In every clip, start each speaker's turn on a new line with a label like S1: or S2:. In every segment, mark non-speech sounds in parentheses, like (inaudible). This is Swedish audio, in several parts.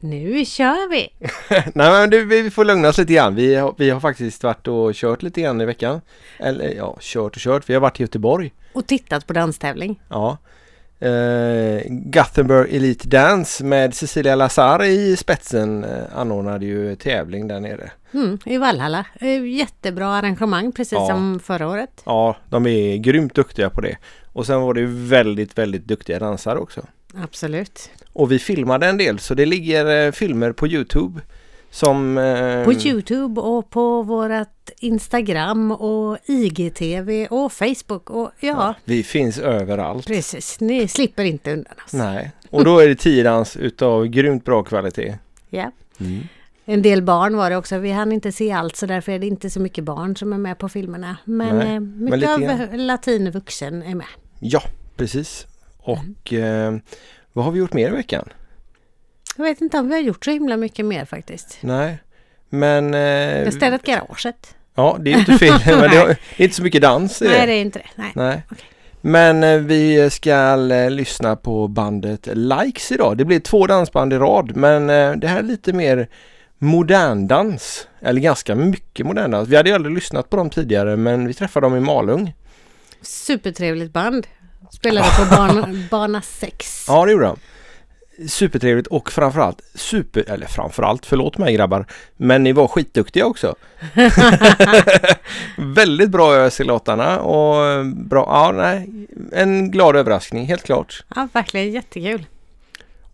S1: Nu kör vi!
S2: Nej men du, vi får lugna oss lite grann. Vi har, vi har faktiskt varit och kört lite grann i veckan. Eller ja, kört och kört. Vi har varit i Göteborg.
S1: Och tittat på danstävling.
S2: Ja. Eh, Gothenburg Elite Dance med Cecilia Lazar i spetsen eh, anordnade ju tävling där nere.
S1: Mm, I Valhalla. Eh, Jättebra arrangemang precis
S2: Ja.
S1: som förra året.
S2: Ja, de är grymt duktiga på det. Och sen var det ju väldigt, väldigt duktiga dansare också.
S1: Absolut.
S2: Och vi filmade en del så det ligger eh, filmer på Youtube som... eh,
S1: På Youtube och på vårat Instagram och IGTV och Facebook och ja,
S2: Vi finns överallt.
S1: precis. Ni slipper inte undan oss.
S2: Nej, och då är det tidans utav grymt bra kvalitet.
S1: Ja. En del barn var det också. Vi hann inte se allt så därför är det inte så mycket barn som är med på filmerna. Men
S2: Nej,
S1: eh,
S2: men
S1: mycket
S2: lite
S1: av
S2: grann.
S1: latinvuxen är med.
S2: Ja, precis. Och eh, vad har vi gjort mer i veckan?
S1: Jag vet inte om vi har gjort så himla mycket mer faktiskt.
S2: Nej, men...
S1: Jag har
S2: Eh,
S1: städat garaget.
S2: ja, det är ju
S1: (laughs)
S2: inte fel. men det, har, det är inte så mycket dans i det.
S1: Nej, det är inte det. Nej.
S2: Nej. Men eh, vi ska eh, lyssna på bandet Likes idag. Det blir två dansband i rad men eh, det här är lite mer modern dans. Eller ganska mycket modern dans. Vi hade ju aldrig lyssnat på dem tidigare men vi träffade dem i Malung.
S1: Supertrevligt band. Spelade på bana, (laughs) bana 6.
S2: Ja det gjorde de. Supertrevligt och framförallt super, eller framförallt, förlåt mig grabbar, men ni var skitduktiga också. (laughs) Väldigt bra ös i låtarna och eh, bra, ja nej, en glad överraskning helt klart.
S1: Ja, verkligen jättekul.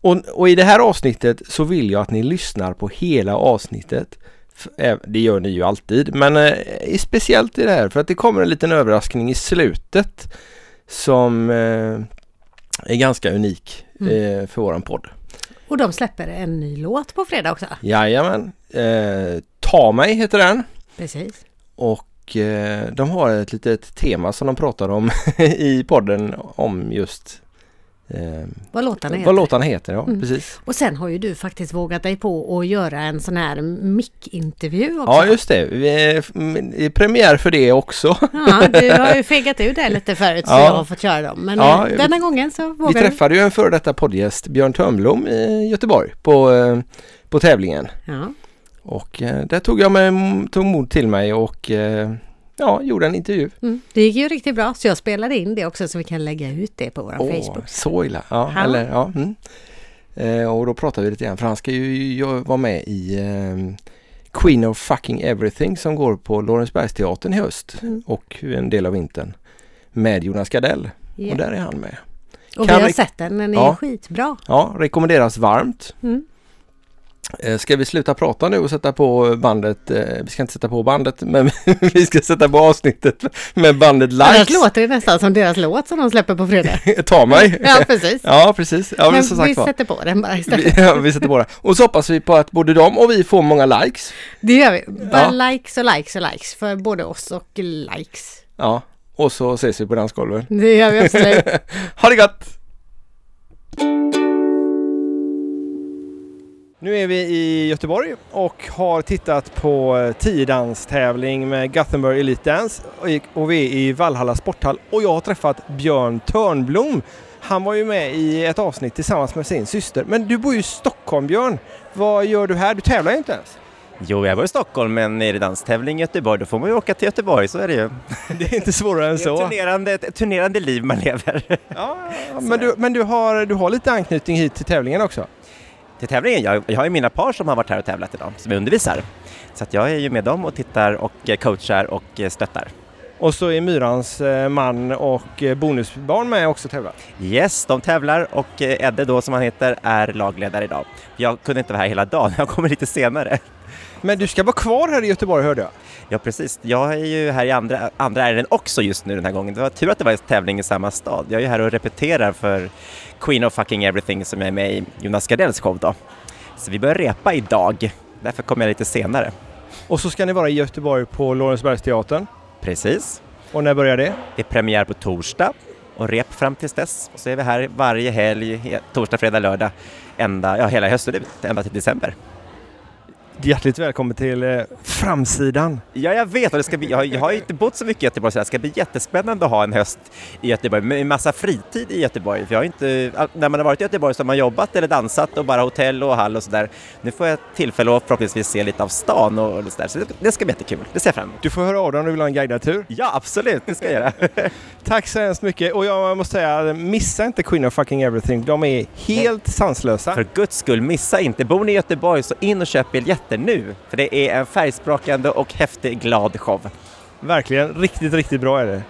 S2: Och, och i det här avsnittet så vill jag att ni lyssnar på hela avsnittet. F- eh, Det gör ni ju alltid, men eh, i- speciellt i det här för att det kommer en liten överraskning i slutet som eh, är ganska unik eh, för våran podd.
S1: Och de släpper en ny låt på fredag också.
S2: Jajamän, eh, Ta mig heter den
S1: Precis.
S2: och eh, de har ett litet tema som de pratar om (laughs) i podden om just eh,
S1: Vad låtarna heter. Mm.
S2: vad låtarna heter. Ja, precis.
S1: Och sen har ju du faktiskt vågat dig på att göra en sån här mickintervju också.
S2: Ja just det, Vi- mm, det är premiär för det också.
S1: Ja, du
S2: (laughs)
S1: har ju fegat ur det lite förut så
S2: Ja.
S1: jag har fått köra dem. Men
S2: Ja,
S1: eh, denna gången så
S2: Vi
S1: vågar du.
S2: träffade ju en före detta poddgäst, Björn Törnblom i Göteborg på, eh, på tävlingen.
S1: Ja.
S2: Och eh, där tog jag mig, tog mod till mig och eh, ja, gjorde en intervju.
S1: Mm. Det gick ju riktigt bra så jag spelade in det också så vi kan lägga ut det på vår
S2: Åh,
S1: Facebook.
S2: Så illa, ja.
S1: Ja.
S2: Eller, ja mm. eh, och då pratade vi lite grann för han ska ju, ju vara med i eh, Queen of fucking everything som går på Lorensbergsteatern i höst
S1: Mm.
S2: och en del av vintern med Jonas Gardell.
S1: Ja.
S2: Och där är han med.
S1: Och vi
S2: kan
S1: har
S2: vi-
S1: sett den, den är
S2: Ja.
S1: ju skitbra.
S2: Ja, rekommenderas varmt.
S1: Mm.
S2: Eh, Ska vi sluta prata nu och sätta på bandet? eh, Vi ska inte sätta på bandet men (laughs) vi ska sätta på avsnittet med bandet
S1: Deras
S2: Likes.
S1: låt är nästan som deras låt som de släpper på fredag.
S2: (laughs) Ta mig!
S1: Ja, precis.
S2: Ja, precis. Ja, men som
S1: Men vi
S2: sagt var.
S1: sätter på den bara istället.
S2: Vi, (laughs) ja, vi sätter på det. Och så hoppas vi på att både de och vi får många likes.
S1: Det gör vi. Bara
S2: Ja.
S1: likes och likes och likes för både oss och likes.
S2: Ja, och så ses vi på dansgolven.
S1: Det gör vi absolut.
S2: (laughs) Ha det gott! Nu är vi i Göteborg och har tittat på eh, tiodanstävling med Gothenburg Elite Dance och i- och vi är i Valhalla sporthall och jag har träffat Björn Törnblom. Han var ju med i ett avsnitt tillsammans med sin syster. Men du bor ju i Stockholm Björn. Vad gör du här? Du tävlar ju inte ens.
S3: Jo, jag var i Stockholm, men är det danstävling i Göteborg, då får man ju åka till Göteborg, så är det ju.
S2: (laughs) Det är inte svårare än
S3: Det är ett
S2: så.
S3: turnerande, ett turnerande liv man (laughs) lever.
S2: Ja, men du, men du, har, du har lite anknytning hit till tävlingen också?
S3: Till tävlingen, jag, jag har ju mina par som har varit här och tävlat idag, som jag undervisar. Så att jag är ju med dem och tittar och eh, coachar och eh, stöttar.
S2: Och så är Myrans eh, man och eh, bonusbarn med också och tävlar.
S3: Yes, de tävlar och eh, Edde då, som han heter, är lagledare idag. Jag kunde inte vara här hela dagen, (laughs) jag kommer lite senare.
S2: Men du ska vara kvar här i Göteborg hörde jag.
S3: Ja, precis. Jag är ju här i andra, andra ärenden också just nu den här gången. Det var tur att det var en tävling i samma stad. Jag är ju här och repeterar för Queen of fucking everything som jag är med i Jonas Gardells show då. Så vi börjar repa idag. Därför kommer jag lite senare.
S2: Och så ska ni vara i Göteborg på Lorensbergsteatern.
S3: Precis.
S2: Och när börjar det?
S3: Det är premiär på torsdag och rep fram tills dess. Och så är vi här varje helg, he- torsdag, fredag, lördag, ända, ja, hela hösten ut, ända till december.
S4: Hjärtligt välkommen till eh, Framsidan.
S3: Ja, jag vet. Och det ska bli, jag, har- jag har ju inte bott så mycket i Göteborg så det ska bli jättespännande att ha en höst i Göteborg med en massa fritid i Göteborg. För jag har inte, all- när man har varit i Göteborg så har man jobbat eller dansat och bara hotell och hall och sådär. Nu får jag tillfälle att förhoppningsvis se lite av stan och, och sådär. Så det, det ska bli jättekul. Det ser jag fram emot.
S4: Du får höra av dig om du vill ha en guidad tur.
S3: Ja, absolut. Det ska jag göra.
S4: (laughs) Tack så hemskt mycket och jag måste säga, missa inte Queen of fucking everything. De är helt sanslösa.
S3: För guds skull, missa inte. Bor ni i Göteborg så in och köp biljetter nu. För det är en färgsprakande och häftig, glad show.
S4: Verkligen, riktigt, riktigt bra är det.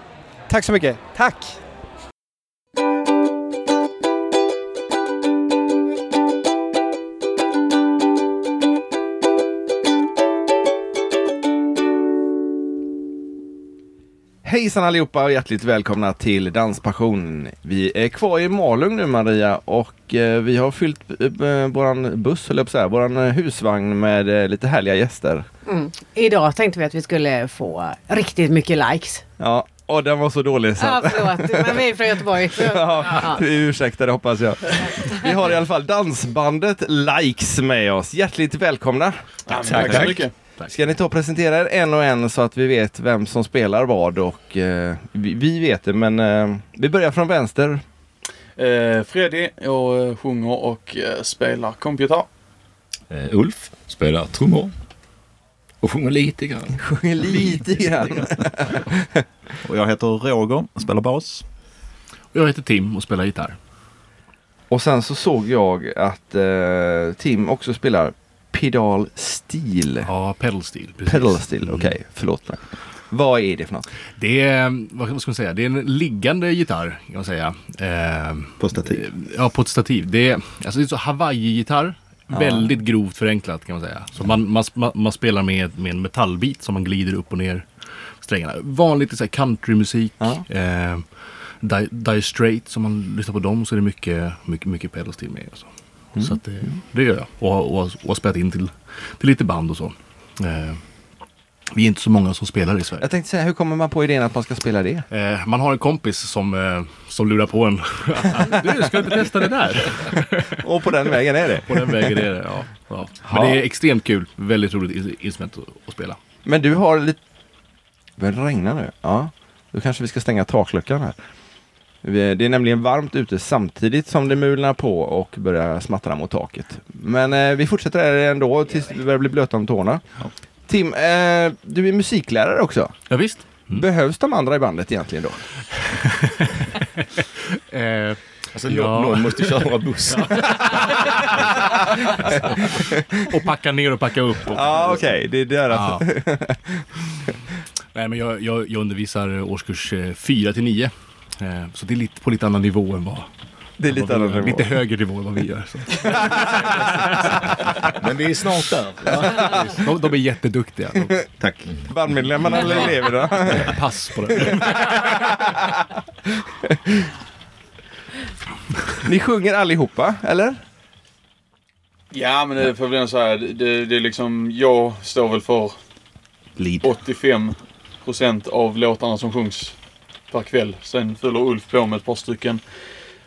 S4: Tack så mycket.
S3: Tack!
S2: Hejsan allihopa och hjärtligt välkomna till Danspassion. Vi är kvar i Malung nu Maria och eh, vi har fyllt eh, våran buss, höll jag på att säga, våran eh, husvagn med eh, lite härliga gäster.
S5: Mm. Idag tänkte vi att vi skulle få riktigt mycket likes.
S2: Ja, och den var så dålig så
S5: Ja,
S2: att-
S5: förlåt. Men vi är från Göteborg.
S2: Ja,
S5: (laughs) Ja.
S2: du ursäktar det hoppas jag. Vi har i alla fall dansbandet Likes med oss. Hjärtligt välkomna!
S6: Tack, så mycket.
S2: Ska ni ta och presentera er en och en så att vi vet vem som spelar vad och eh, vi, vi vet det men eh, vi börjar från vänster.
S6: Eh, Freddy, jag eh, sjunger och eh, spelar komputer.
S7: Eh, Ulf spelar trummor och sjunger lite grann.
S2: (laughs) Sjunger lite grann.
S8: (laughs) Och jag heter Roger, spelar bas.
S7: Och jag heter Tim och spelar gitarr.
S2: Och sen så såg jag att eh, Tim också spelar pedal steel.
S7: Ja, pedal steel. Precis.
S2: Pedal steel, okej, förlåt mig. Vad är det för något?
S7: Det är, vad ska man säga, det är en liggande gitarr kan man säga. Eh,
S8: På stativ.
S7: ja, på ett stativ. Det är, alltså, det är så Hawaii-gitarr. Väldigt grovt förenklat kan man säga. Så man, man, man, man spelar med, med en metallbit som man glider upp och ner strängarna. Vanligt så här countrymusik.
S2: Ja.
S7: Eh, Die, Die Straight, om man lyssnar på dem så är det mycket, mycket, mycket pedal steel med. Och så
S2: Mm.
S7: så att det, det gör jag. Och, har- och, har- och har spelat in till, till lite band och så. Eh, vi är inte så många som spelar i Sverige.
S2: Jag tänkte säga, hur kommer man på idén att man ska spela det?
S7: Eh, man har en kompis som, eh, som lurar på en. (laughs) du, ska du inte testa det där?
S2: (laughs) Och på den vägen är det.
S7: På den vägen är det, ja. ja. Men det är extremt kul. Väldigt roligt ins- instrument att, att spela.
S2: Men du har lite... Det börjar regna nu. Ja, då kanske vi ska stänga takluckan här. Vi- Det är nämligen varmt ute samtidigt som det mulnar på och börjar smattra mot taket. Men eh, vi fortsätter här ändå tills vi börjar bli blöta om tårna. Tim, eh, du är musiklärare också.
S7: Ja, visst. Mm.
S2: Behövs de andra i bandet egentligen då?
S7: Eh,
S8: Alltså,
S7: Ja.
S8: någon, någon måste köra
S9: (laughs)
S8: buss.
S7: och packa ner och packa upp. Och,
S2: okej. Det är deras.
S7: Ja.
S2: (laughs)
S7: Nej, men jag, jag, jag undervisar årskurs 4 till 9. Eh, så det är lite, på lite annan nivå än vad...
S2: Det är
S7: än
S2: lite
S7: vad vi
S2: annan
S7: gör.
S2: nivå.
S7: lite högre nivå än vad vi gör. Så.
S6: (laughs)
S8: Men vi är snart där.
S7: De, de är jätteduktiga. De,
S8: Tack.
S2: Bandmedlemmarna eller eleverna?
S7: Mm. (laughs) pass på det.
S2: Ni sjunger allihopa, eller?
S6: Ja, men det får väl ändå säga. Det, det, det är liksom, jag står väl för
S8: Lead.
S6: 85 procent av låtarna som sjungs per kväll. Sen fyller Ulf på med ett par stycken.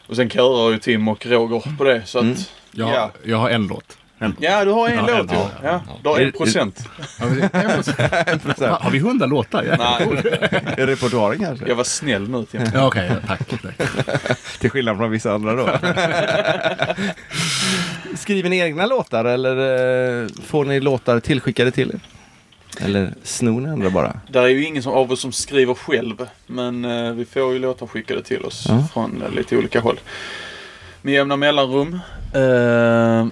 S6: Och sen körar ju Tim och Roger på det. Så att,
S7: Jag,
S6: ja.
S7: jag har en låt.
S6: ja, du har en
S7: Mm. Ja,
S6: låt ju.
S7: ja,
S6: Ja, Du har
S2: Är
S6: en
S2: det-
S6: procent. (laughs)
S7: Ha- Har vi hundra låtar? Ja,
S6: Nej,
S7: (laughs)
S2: Repertoaren kanske?
S6: jag var snäll nu Tim.
S7: ja okej. tack. tack.
S6: (laughs)
S2: Till skillnad från vissa andra då. (laughs) Skriver ni egna låtar eller eh, får ni låtar tillskickade till er? Eller snor ni andra bara?
S6: Där är ju ingen som, av oss som skriver själv, men eh, vi får ju låtar skickade till oss
S2: Ja.
S6: från eh, lite olika håll. Med jämna mellanrum. Eh,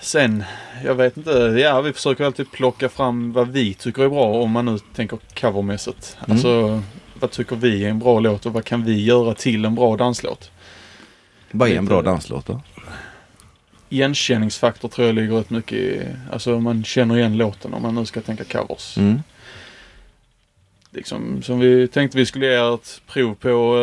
S6: sen, jag vet inte, ja vi försöker alltid plocka fram vad vi tycker är bra om man nu tänker covermässigt.
S2: Mm.
S6: Alltså, vad tycker vi är en bra låt och vad kan vi göra till en bra danslåt?
S2: Vad är en
S6: Lite-
S2: bra danslåt då?
S6: Igenkänningsfaktor tror jag ligger rätt mycket i, alltså man känner igen låten om man nu ska tänka covers.
S8: (laughs)
S2: Mm.
S6: liksom, som vi tänkte vi skulle ge er ett prov på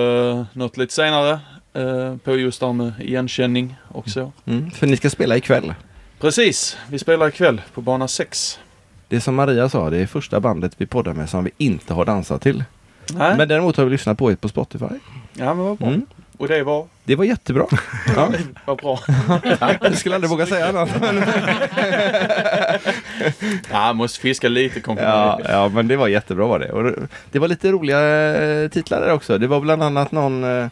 S6: eh, något lite senare. eh, på just det här med igenkänning och så.
S2: Mm. För ni ska spela ikväll.
S6: Precis, vi spelar ikväll på bana 6.
S2: Det är som Maria sa, det är första bandet vi poddar med som vi inte har dansat till.
S6: Nej,
S2: Men däremot har vi lyssnat på er på Spotify.
S6: ja men vad bra.
S2: Mm.
S6: Och det var,
S2: Det var jättebra.
S6: (laughs)
S2: Ja.
S6: var
S2: (laughs)
S6: bra.
S2: Jag skulle aldrig våga säga något.
S6: (laughs) Ja, måste fiska lite komplimanger.
S2: Ja, ja, men det var jättebra var det. Och det- det var lite roliga eh, titlar där också. Det var bland annat någon eh,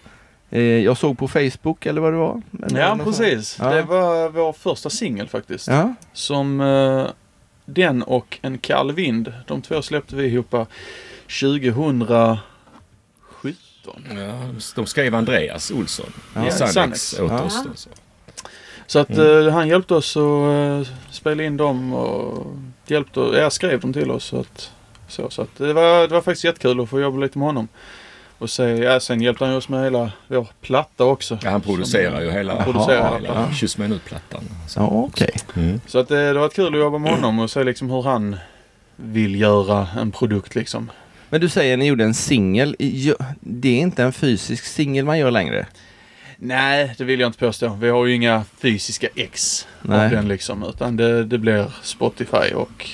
S2: eh, jag såg på Facebook eller vad det var. Eller
S6: Ja,
S2: någon
S6: precis.
S2: Ja.
S6: Det var vår första singel faktiskt.
S2: sån- Ja,
S6: Som eh, den och En kall vind, de två släppte vi ihop 2017.
S9: Ja, (laughs) de skrev Andreas Olsson
S2: Ja,
S9: i Sannex
S6: Sannex.
S9: åt
S2: Ja.
S9: oss. Då, så.
S6: Så att
S2: Mm.
S6: eh, han hjälpte oss att eh, spela in dem och hjälpte, ja, skrev dem till oss. Så att, så, så att det, var, det var faktiskt jättekul att få jobba lite med honom. Och se, ja, sen hjälpte han ju oss med hela vår platta också.
S9: Ja, han producerar ju
S6: Han
S9: hela,
S6: producerar
S9: hela Mm. 20 minut-plattan. Så.
S2: ja okej.
S6: Så att eh, det, det var kul att jobba med honom och se liksom hur han vill göra en produkt liksom.
S2: Men du säger ni gjorde en singel. I- gö- Det är inte en fysisk singel man gör längre.
S6: Nej, det vill jag inte påstå. Vi har ju inga fysiska ex av
S2: Nej.
S6: den liksom. Utan det, det blir Spotify och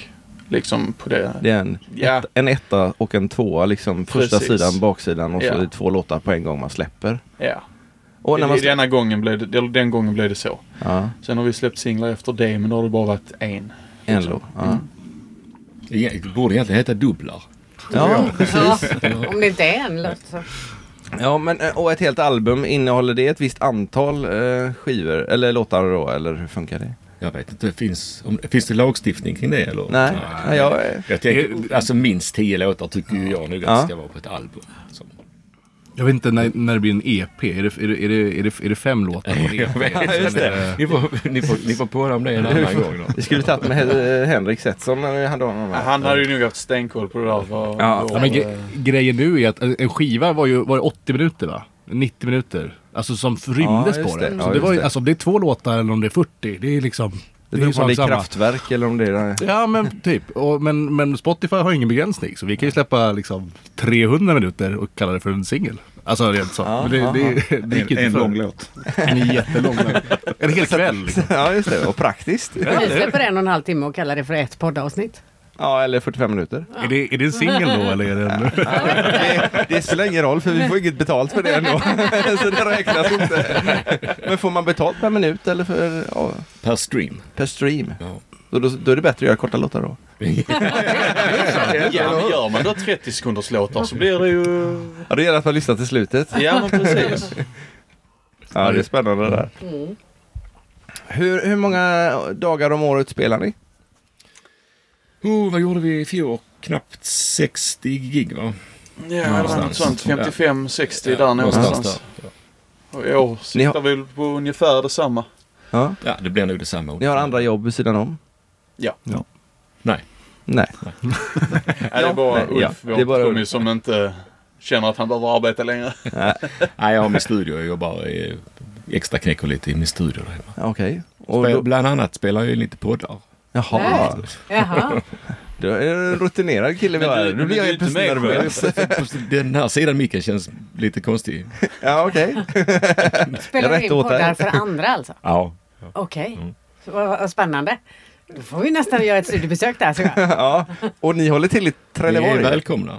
S6: liksom på det.
S2: Det är en,
S6: Ja.
S2: ett, en etta och en tvåa liksom. Första
S6: Precis.
S2: sidan, baksidan och så
S6: Ja.
S2: är det två låtar på en gång man släpper.
S6: Ja.
S2: Och när man
S6: I,
S2: slä-
S6: denna gången blev det, eller den gången blev det så.
S2: ja,
S6: Sen har vi släppt singlar efter det, men då har det bara varit en. Mm.
S2: en låt. Ja.
S9: Egen- Det borde egentligen heta Dubblar.
S2: Ja,
S5: Ja, om det inte är en låt så.
S2: ja, men eh, och ett helt album innehåller det ett visst antal eh, skivor eller låtar då eller hur funkar det?
S9: Jag vet inte, finns, om, finns det lagstiftning kring det? Eller?
S2: Nej, Nej. jag, eh,
S9: Jag tänker, alltså minst tio låtar tycker ju jag nog att
S2: Ja.
S9: det ska vara på ett album. Så.
S7: Jag vet inte när, när det blir en EP. Är det, är det, är det, är det, är det fem låtar? på en E
S2: (laughs)
S7: EP?
S9: Just
S7: Eh.
S9: det. Ni får, ni får, ni får podda om det en annan gång. Då.
S2: Vi skulle tagit med Hen- Henrik Setsson när vi hade honom här.
S6: Han hade ju nog haft stenkoll på det där. För,
S2: Ja.
S7: Ja, men gre- grejen nu är att en en skiva var ju var det 80 minuter va? 90 minuter. Alltså som rymdes
S2: Ja, just
S7: på
S2: det.
S7: det.
S2: Ja,
S7: Så det
S2: just
S7: var ju,
S2: det.
S7: alltså om det är två låtar eller om det är 40, det är liksom...
S2: Det beror
S7: ju
S2: på om det är
S7: sak samma.
S2: kraftverk eller om det är...
S7: Ja men typ. Och, men, men Spotify har ingen begränsning så vi kan ju släppa liksom 300 minuter och kalla det för en singel. Alltså rent så.
S2: Ja,
S7: men det,
S2: ja,
S7: det, det gick
S8: En,
S7: ju inte
S8: en
S7: förr. (laughs)
S8: lång låt.
S7: En jättelång låt. En
S2: (laughs)
S7: hel kväll liksom.
S2: Ja, just det. Och praktiskt.
S5: Vi släpper en och en halv timme och kallar det för ett poddavsnitt.
S2: Ja, eller 45 minuter.
S7: Är det, är det en singel då eller är det en...
S2: Det, det spelar ingen roll för vi får inget betalt för det ändå. (laughs) Så det räknas inte. Men får man betalt per minut eller för, ja,
S9: Per stream.
S2: per stream?
S9: Ja.
S2: Då, då, då är det bättre att göra korta
S6: (laughs)
S2: låtar då.
S6: (laughs)
S2: (laughs)
S6: ja, men gör man då 30 sekunders låtar så blir det ju...
S2: Ja, det gäller att man lyssnar till slutet.
S6: Ja, men precis.
S2: (laughs) Ja, det är spännande det där. Hur, hur många dagar om året spelar ni?
S9: Oh, vad gjorde vi i fjol? Knappt 60 gig va?
S6: Ja, det var något sånt. 55, 60 där någonstans.
S9: där.
S6: Och i år
S2: Ni har-
S6: siktar vi på ungefär detsamma.
S2: Ja.
S9: Ja, det blir nog detsamma.
S2: Ni har andra jobb vid sidan om?
S9: Nej.
S2: Nej.
S6: (laughs) Ja, det är bara
S2: nej, ja.
S6: Ulf,
S2: Det är bara
S6: vår trummis, som inte känner att han behöver arbeta längre.
S9: Nej, jag har min studio. Jag jobbar eh, extra knäcker lite i min studio där hemma.
S2: Okej.
S9: Och
S2: Och då-
S9: Bland annat spelar jag ju lite poddar.
S2: Jaha. (laughs)
S5: Jaha.
S2: Du är en rutinerad kille vi
S6: Men
S2: har.
S6: du-
S2: Nu
S6: men
S2: blir jag
S6: du är
S2: helt plötsligt
S6: inte med
S2: nervös.
S9: Den här sidan micken känns lite konstig.
S2: Ja, okej.
S5: Spelar
S2: Rätt
S5: in
S2: åt dig.
S5: poddar för andra alltså?
S9: Ja.
S5: Okej. Så Vad vad spännande. Då får vi nästan göra ett studiebesök där. Så jag.
S2: (laughs) Ja. Och ni håller till
S9: Ni
S2: i
S9: är
S2: Trelleborg?
S9: välkomna.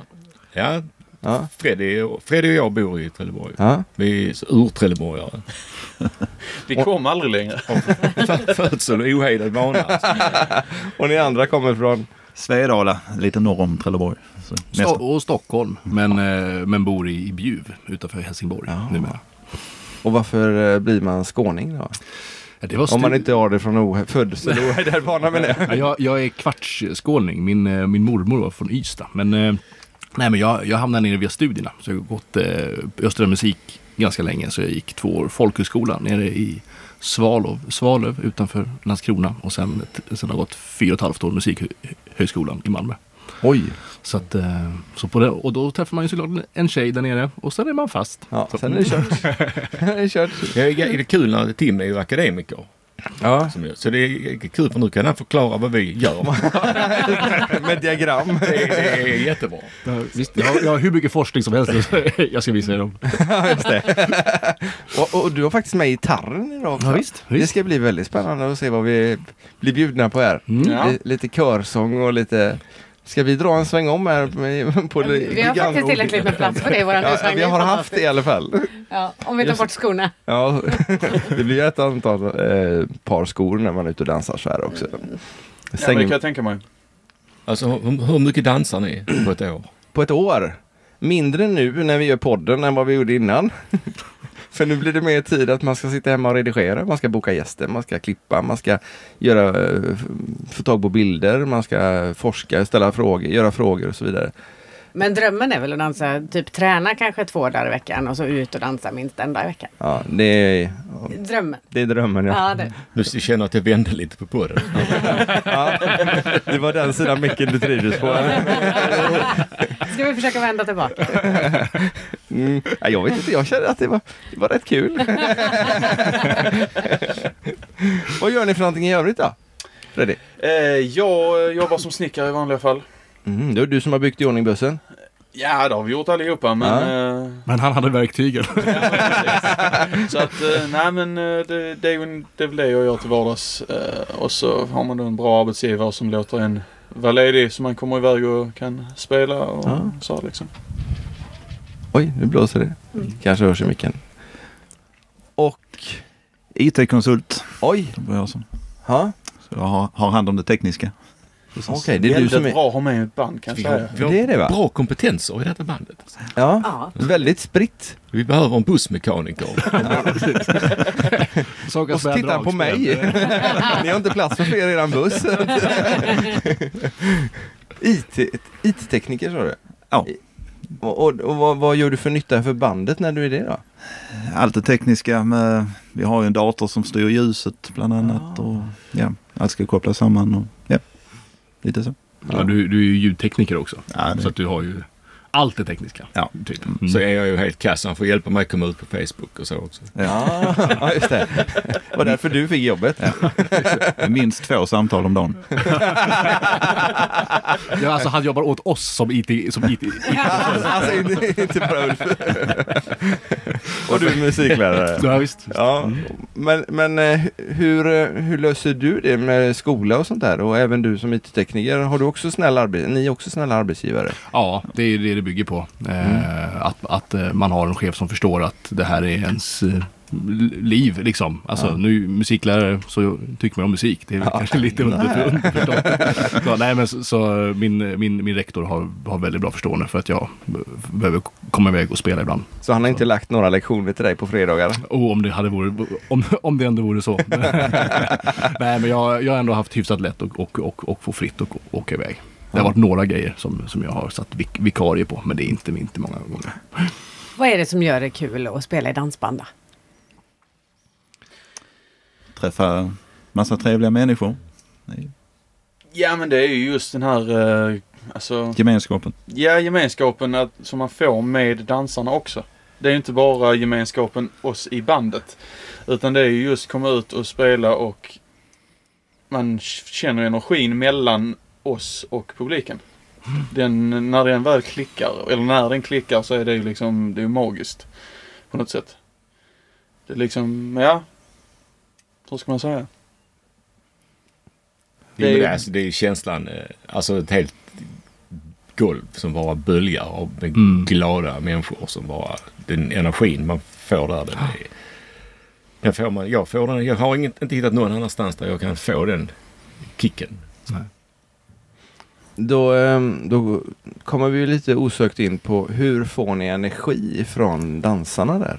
S9: Ja,
S2: Ja.
S9: Freddy och, Freddy och jag bor i Trelleborg.
S2: Ja.
S9: Vi är så ur-trelleborgare.
S6: Vi kom aldrig längre.
S9: Födsel och ohejdad vana. alltså.
S2: (laughs) Och ni andra kommer från?
S8: Svedala, lite norr om Trelleborg. Så,
S7: Sto-
S8: nästan.
S7: och Stockholm, men, eh, men bor i, i Bjuv utanför Helsingborg numera.
S2: Och varför eh, blir man skåning då?
S7: Ja, det var
S2: Om man
S7: stu-
S2: inte har det från o- födsel och ohejdad med det.
S7: ja, jag, jag är kvartsskåning, min, eh, min mormor var från Ystad. Men, eh, nej, men jag, jag hamnade nere via studierna, så jag har gått eh, Östra musik ganska länge. Så jag gick två år folkhögskola nere i Svalöv, Svalöv utanför Landskrona. Och sen, sen har jag gått fyra och ett halvt år musikhögskolan i Malmö.
S2: Oj.
S7: Så att, eh, så på det, och då träffar man ju såklart en tjej där nere och sen är man fast.
S2: Ja, sen är det
S7: (laughs)
S2: kört. det är kört.
S9: Det är det är kul när Tim är ju akademiker.
S2: Ja.
S9: Som jag. Så det är kul för nu kan han förklara vad vi gör.
S2: (laughs) Med diagram.
S9: Det, det är
S7: (laughs)
S9: jättebra.
S7: Visst, jag, har- jag har hur mycket forskning som helst. (laughs) jag ska visa er dem.
S2: (laughs) Och, och du har faktiskt med gitarren idag också.
S7: Ja, visst,
S2: Det
S7: visst.
S2: ska bli väldigt spännande att se vad vi blir bjudna på här.
S7: Mm.
S6: Ja.
S2: Li- Lite körsång och lite Ska vi dra en sväng om här? med- På
S5: Vi har faktiskt tillräckligt med plats för det i våran
S2: Ja,
S5: husvagn.
S2: vi
S5: Det är
S2: har haft det
S5: fantastiskt.
S2: i
S5: (laughs)
S2: alla fall.
S5: Ja, om vi tar
S2: Just-
S5: bort skorna.
S2: Ja, det blir ju ett antal eh, par skor när man är ute och dansar så här också.
S6: Ja, men det
S2: Säng,
S6: kan jag tänka mig.
S9: Alltså hur, hur mycket dansar ni på ett år?
S2: på ett år. Mindre nu när vi gör podden än vad vi gjorde innan. (laughs) För nu blir det mer tid att man ska sitta hemma och redigera, man ska boka gäster, man ska klippa, man ska göra, eh, f- få tag på bilder, man ska forska, ställa frågor, göra frågor och så vidare.
S5: Men drömmen är väl att dansa, typ träna kanske två dagar i veckan och så ut och dansa minst en dag i veckan.
S2: Ja, det är,
S5: Drömmen.
S2: det är drömmen. Ja.
S5: Ja, det.
S9: Nu känner jag att jag vände lite på podden.
S2: (laughs) Ja, det var den sidan mycket du trivdes på.
S5: Ska vi försöka vända tillbaka? (laughs)
S2: Mm. Ja, jag vet inte, jag kände att det var, det var rätt kul. Vad gör ni för någonting i övrigt då? Freddy?
S6: (laughs) Eh, jag eh, jobbar som snickare i vanliga fall.
S2: Mm, det är du som har byggt i ordning bussen.
S6: Ja, det har vi gjort allihopa, men... Eh,
S7: Men han hade verktygen.
S6: Så att, eh, (laughs) nej men eh, det, det är ju en- det är väl det jag gör till vardags. Eh, och så har man då en bra arbetsgivare som låter en vara ledig så man kommer iväg och kan spela och
S2: Ja.
S6: så liksom.
S2: Oj, nu blåser det. Kanske hörs i micken. Och,
S8: IT-konsult,
S2: oj,
S8: det var jag som.
S2: ha?
S8: Så jag har, har hand om det tekniska.
S2: okej, det är du som är...
S6: bra att ha med i ett band kan jag
S9: Vi
S6: säga.
S9: har, vi har
S2: Det är det, va?
S9: bra kompetenser i detta bandet.
S2: Ja,
S5: Ja.
S2: väldigt spritt.
S9: Vi behöver en
S2: (laughs)
S9: bussmekaniker.
S2: Och så tittar han på mig.
S9: (laughs)
S2: (laughs) Ni har inte plats för fler i eran (laughs) buss. IT IT-tekniker sa du?
S8: Ja.
S2: Och, och, och vad, vad gör du för nytta för bandet när du är det då?
S8: Allt det tekniska med, vi har ju en dator som styr ljuset bland
S2: Ah.
S8: annat och ja, allt ska kopplas samman och ja, lite så.
S7: Ja, du, du är ju ljudtekniker också.
S8: Ja, det-
S7: Så att du har ju allt det tekniska.
S8: Ja.
S7: Typ.
S2: Mm.
S9: Så är jag ju helt kass. Han får hjälpa mig att komma ut på Facebook och så också.
S2: Ja, ja
S9: (laughs)
S2: just det. Det var därför du fick jobbet.
S8: (laughs) Minst två samtal om dagen.
S7: Ja, alltså han jobbar åt oss som IT. Som IT.
S2: Alltså inte, inte bara Ulf. Och du är musiklärare.
S7: Ja, visst.
S2: Ja, men, men eh, hur, eh, hur löser du det med skola och sånt där? Och även du som IT-tekniker, har du också snälla arbets- ni är också snälla arbetsgivare?
S7: Ja, det är ju det det bygger på. Eh, Att, att eh, man har en chef som förstår att det här är ens eh, l- liv liksom. Alltså nu musiklärare så tycker man om musik. Det är väl kanske lite under- underförstått. så, nej men så, så eh, min, min, min rektor har, har väldigt bra förstående för att jag b- behöver k- komma iväg och spela ibland.
S2: Så han har inte lagt några lektioner till dig på fredagar?
S7: Oh, om det hade vore, om, om det ändå vore
S2: (laughs)
S7: så. nej men jag, jag har ändå haft hyfsat lätt och, och, och, och få fritt och, och åka iväg. Det har varit några grejer som, som jag har satt vik- vikarie på, men det är inte, inte många gånger.
S5: Vad är det som gör det kul att spela i dansband då?
S8: Träffa massa trevliga människor.
S6: Ja men det är ju just den här eh, alltså,
S8: Gemenskapen.
S6: ja, gemenskapen att, som man får med dansarna också. Det är ju inte bara gemenskapen oss i bandet. Utan det är ju just komma ut och spela och man känner energin mellan oss och publiken. Den, när den väl klickar, eller när den klickar så är det ju liksom, det är ju magiskt. På något sätt. Det är liksom, ja. Hur ska man säga?
S9: Det är,
S6: Det är-
S9: ju- alltså, det är ju känslan, eh, alltså ett helt golv som bara böljar av med
S7: Mm.
S9: glada människor som bara, den energin man får där. Den är, den får man, jag, får den, jag har inget, inte hittat någon annanstans där jag kan få den kicken.
S2: Då, ehm, då kommer vi ju lite osökt in på hur får ni energi från dansarna där?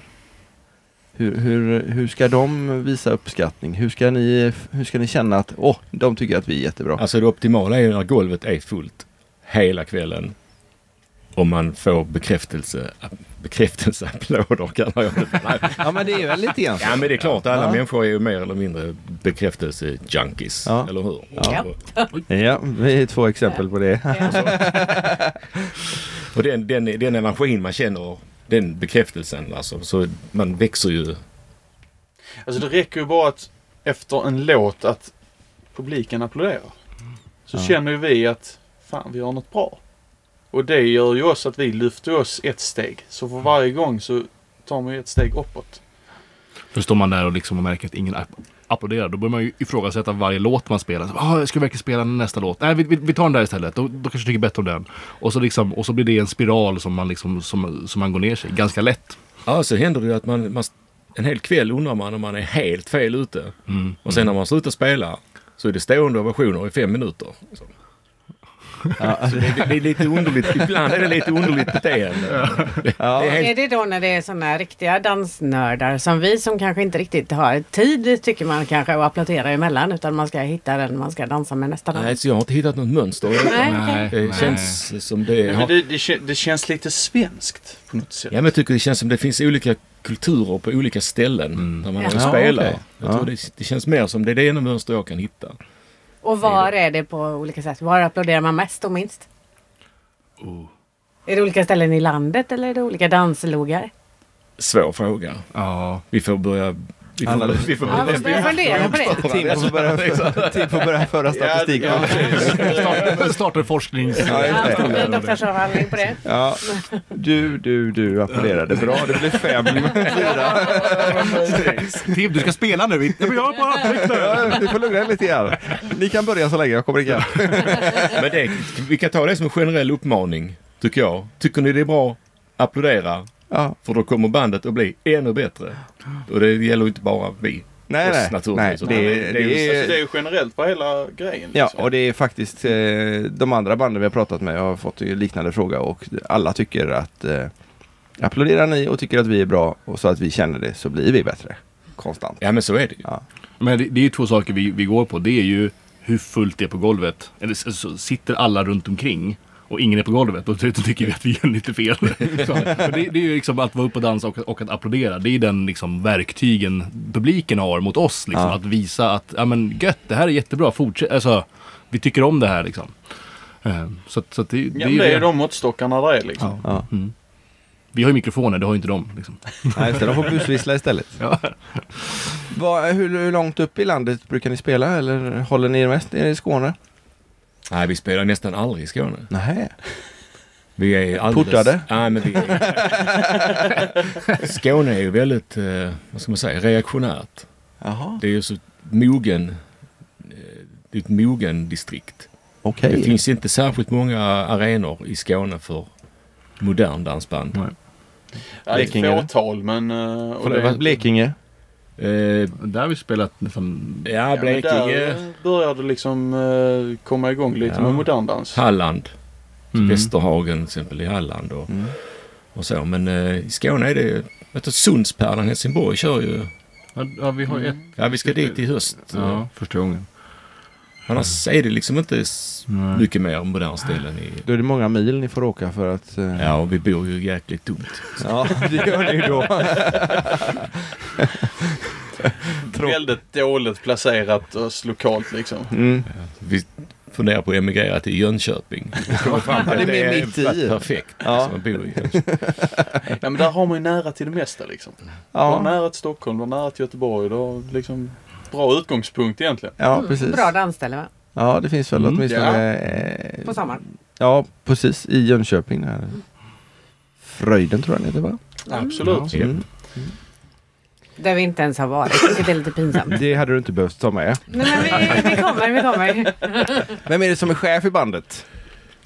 S2: Hur, hur, hur ska de visa uppskattning? Hur ska ni, hur ska ni känna att åh, de tycker att vi är jättebra?
S9: Alltså det optimala är ju när golvet är fullt hela kvällen. Och man får bekräftelse, bekräftelseapplåder kallar jag det. Nej,
S2: Ja men det är väl lite grann så.
S9: Ja men det är klart, alla
S2: Ja.
S9: människor är ju mer eller mindre bekräftelse-junkies,
S2: Ja.
S9: eller hur?
S5: Ja.
S9: Och,
S2: Ja, vi är två exempel på det.
S9: och den, den, den energin man känner, den bekräftelsen alltså, så man växer ju.
S6: Alltså det räcker ju bara att efter en låt att publiken applåderar. Så känner ju vi att fan vi gör något bra. Och det gör ju oss att vi lyfter oss ett steg. Så för varje gång så tar man ju ett steg uppåt.
S7: Då står man där och, liksom och märker att ingen app- applådera. Då börjar man ju ifrågasätta varje låt man spelar. Så, "Ah, jag ska verkligen spela nästa låt. Nej, vi, vi, vi tar den där istället. Då, då kanske jag tycker bättre om den. Och så, liksom, och så blir det en spiral som man, liksom, som, som man går ner sig i ganska lätt.
S9: Ja, så händer det ju att man, man en hel kväll undrar man om man är helt fel ute. Och sen när man slutar spela så är det stående ovationer i fem minuter. liksom. Så det, det är lite underligt, ibland är det lite underligt beteende. Det är helt
S5: Är det då när det är sådana riktiga dansnördar som vi som kanske inte riktigt har tid tycker man kanske att applådera emellan utan man ska hitta den man ska dansa med nästa dans?
S9: Nej, så jag har inte hittat något mönster.
S5: Nej,
S9: Det känns som det...
S6: Men
S9: Har,
S6: det, det, kän- det känns lite svenskt på något sätt.
S9: ja, men jag tycker det känns som det finns olika kulturer på olika ställen där man
S5: Ja,
S9: spelar.
S2: okej.
S9: Jag tror det, det känns mer som det, det är det enda mönster jag kan hitta.
S5: Och var är det på olika sätt? Var applåderar man mest och minst? Är det olika ställen i landet eller är det olika danslogar?
S9: Svår fråga.
S7: Ja.
S9: Vi får börja... Vi får,
S2: Alla-
S9: vi får
S5: Ja,
S9: börja
S5: vi börjar fundera på det.
S2: Tim
S9: (laughs)
S2: får börja, Tim får börja föra statistik.
S6: Ja,
S2: Ja,
S7: Startar, startar forsknings...
S5: Ja,
S2: just det.
S5: det är en doktorsavhandling på det.
S2: Ja. Du, du, du applåderade bra. Det blev fem. (laughs) Fyra.
S7: Tim, du ska spela nu. Ja, men jag har bara...
S2: Ja, Ni får lugna er lite grann. Ni kan börja så länge, jag kommer ikapp.
S9: (laughs) Men det, vi kan ta det som en generell uppmaning, tycker jag. Tycker ni det är bra, applådera.
S2: Ja.
S9: För då kommer bandet att bli ännu bättre. Och det gäller ju inte bara vi.
S2: Nej,
S9: Oss
S2: nej. nej
S9: naturligtvis.
S2: det,
S9: Nej,
S2: det,
S9: det är ju-
S6: Alltså, det är
S2: är,
S6: ju generellt på hela grejen.
S2: ja,
S6: liksom.
S2: och det är faktiskt eh, de andra banden vi har pratat med har fått ju liknande fråga och alla tycker att eh, applåderar ni och tycker att vi är bra och så att vi känner det så blir vi bättre. Konstant.
S9: Ja, men så är det ju.
S7: Men det, det är ju två saker vi, vi går på. Det är ju hur fullt det är på golvet. Eller s- så sitter alla runt omkring och ingen är på golvet. Då ty- då tycker vi att vi gör
S9: (laughs)
S7: lite fel. Så, men det, det är ju liksom att vara uppe och dansa och, och att applådera. Det är den liksom verktygen publiken har mot oss. Liksom, Att visa att ja, men gött, det här är jättebra. Fortsätt. Alltså, vi tycker om det här liksom. Eh, Så, att- så att det, det,
S6: Ja,
S7: är
S6: men
S7: ju
S6: det är ju
S7: det. Mm.
S6: de måttstockarna där är liksom.
S7: Vi har ju mikrofoner, det har ju inte de. Liksom.
S2: Nej, så de får busvissla istället.
S7: Ja.
S2: Vad- hur, hur långt upp i landet brukar ni spela eller håller ni er mest nere i Skåne?
S9: Nej, vi spelar nästan aldrig i Skåne.
S2: Nej.
S9: Vi är alldeles...
S2: Portade?
S9: Nej, men vi
S2: (laughs)
S9: är... Skåne är ju väldigt, eh, vad ska man säga, reaktionärt.
S2: Jaha.
S9: Det är ju så mogen... eh, Det är ett mogen distrikt.
S2: Okej.
S9: Det finns inte särskilt många arenor i Skåne för modern dansband.
S6: Ja, ett
S2: Blekinge, eller?
S6: fåtal men... eh, Och
S2: Förlåt, vad- Blekinge.
S9: Eh,
S7: Där har vi spelat nästan...
S9: ja,
S6: Ja, men
S9: Blekinge,
S6: Där började det liksom eh, komma igång lite med modern dans.
S9: Halland,
S7: Mm.
S9: Västerhagen till exempel i Halland och, och så. Men eh, i Skåne är det ju... vet du, Sundspärlan, Helsingborg kör ju...
S7: Ja, vi
S6: Mm.
S7: har
S6: (laughs)
S7: ju ett...
S9: Ja, vi ska dit i höst.
S7: Ja, första gången.
S9: Annars är det liksom inte s-
S7: Nej.
S9: mycket mer modern ställen i...
S2: Då är det många mil ni får åka för att... eh,
S9: Ja, och vi bor ju jäkligt dumt.
S2: Ja, det gör ni
S9: (laughs)
S2: ju då.
S6: (laughs) Väldigt dåligt placerat oss lokalt liksom.
S2: Mm.
S9: Vi funderar på att emigrera till Jönköping. Vi kommer fram till
S2: (laughs) Ja, det
S9: att
S2: är mer mitt i.
S9: perfekt.
S2: Ja.
S9: Alltså, man bor i Jönköping.
S6: Ja, men där har man ju nära till det mesta liksom. Du har
S2: Ja,
S6: nära till Stockholm, du har nära till Göteborg. Du har liksom bra utgångspunkt egentligen.
S2: ja, precis.
S5: Bra dansställe va?
S2: Ja, det finns väl
S7: Mm.
S2: åtminstone... eh,
S5: På sommaren.
S2: Ja, precis. I Jönköping. Där. Fröjden tror jag den heter va?
S6: Absolut.
S9: Japp.
S2: Mm.
S5: Där vi inte ens har varit, vilket är lite pinsamt.
S2: Det hade du inte behövt ta med.
S5: Nej men vi, vi kommer, vi kommer.
S2: Vem är det som är chef i bandet?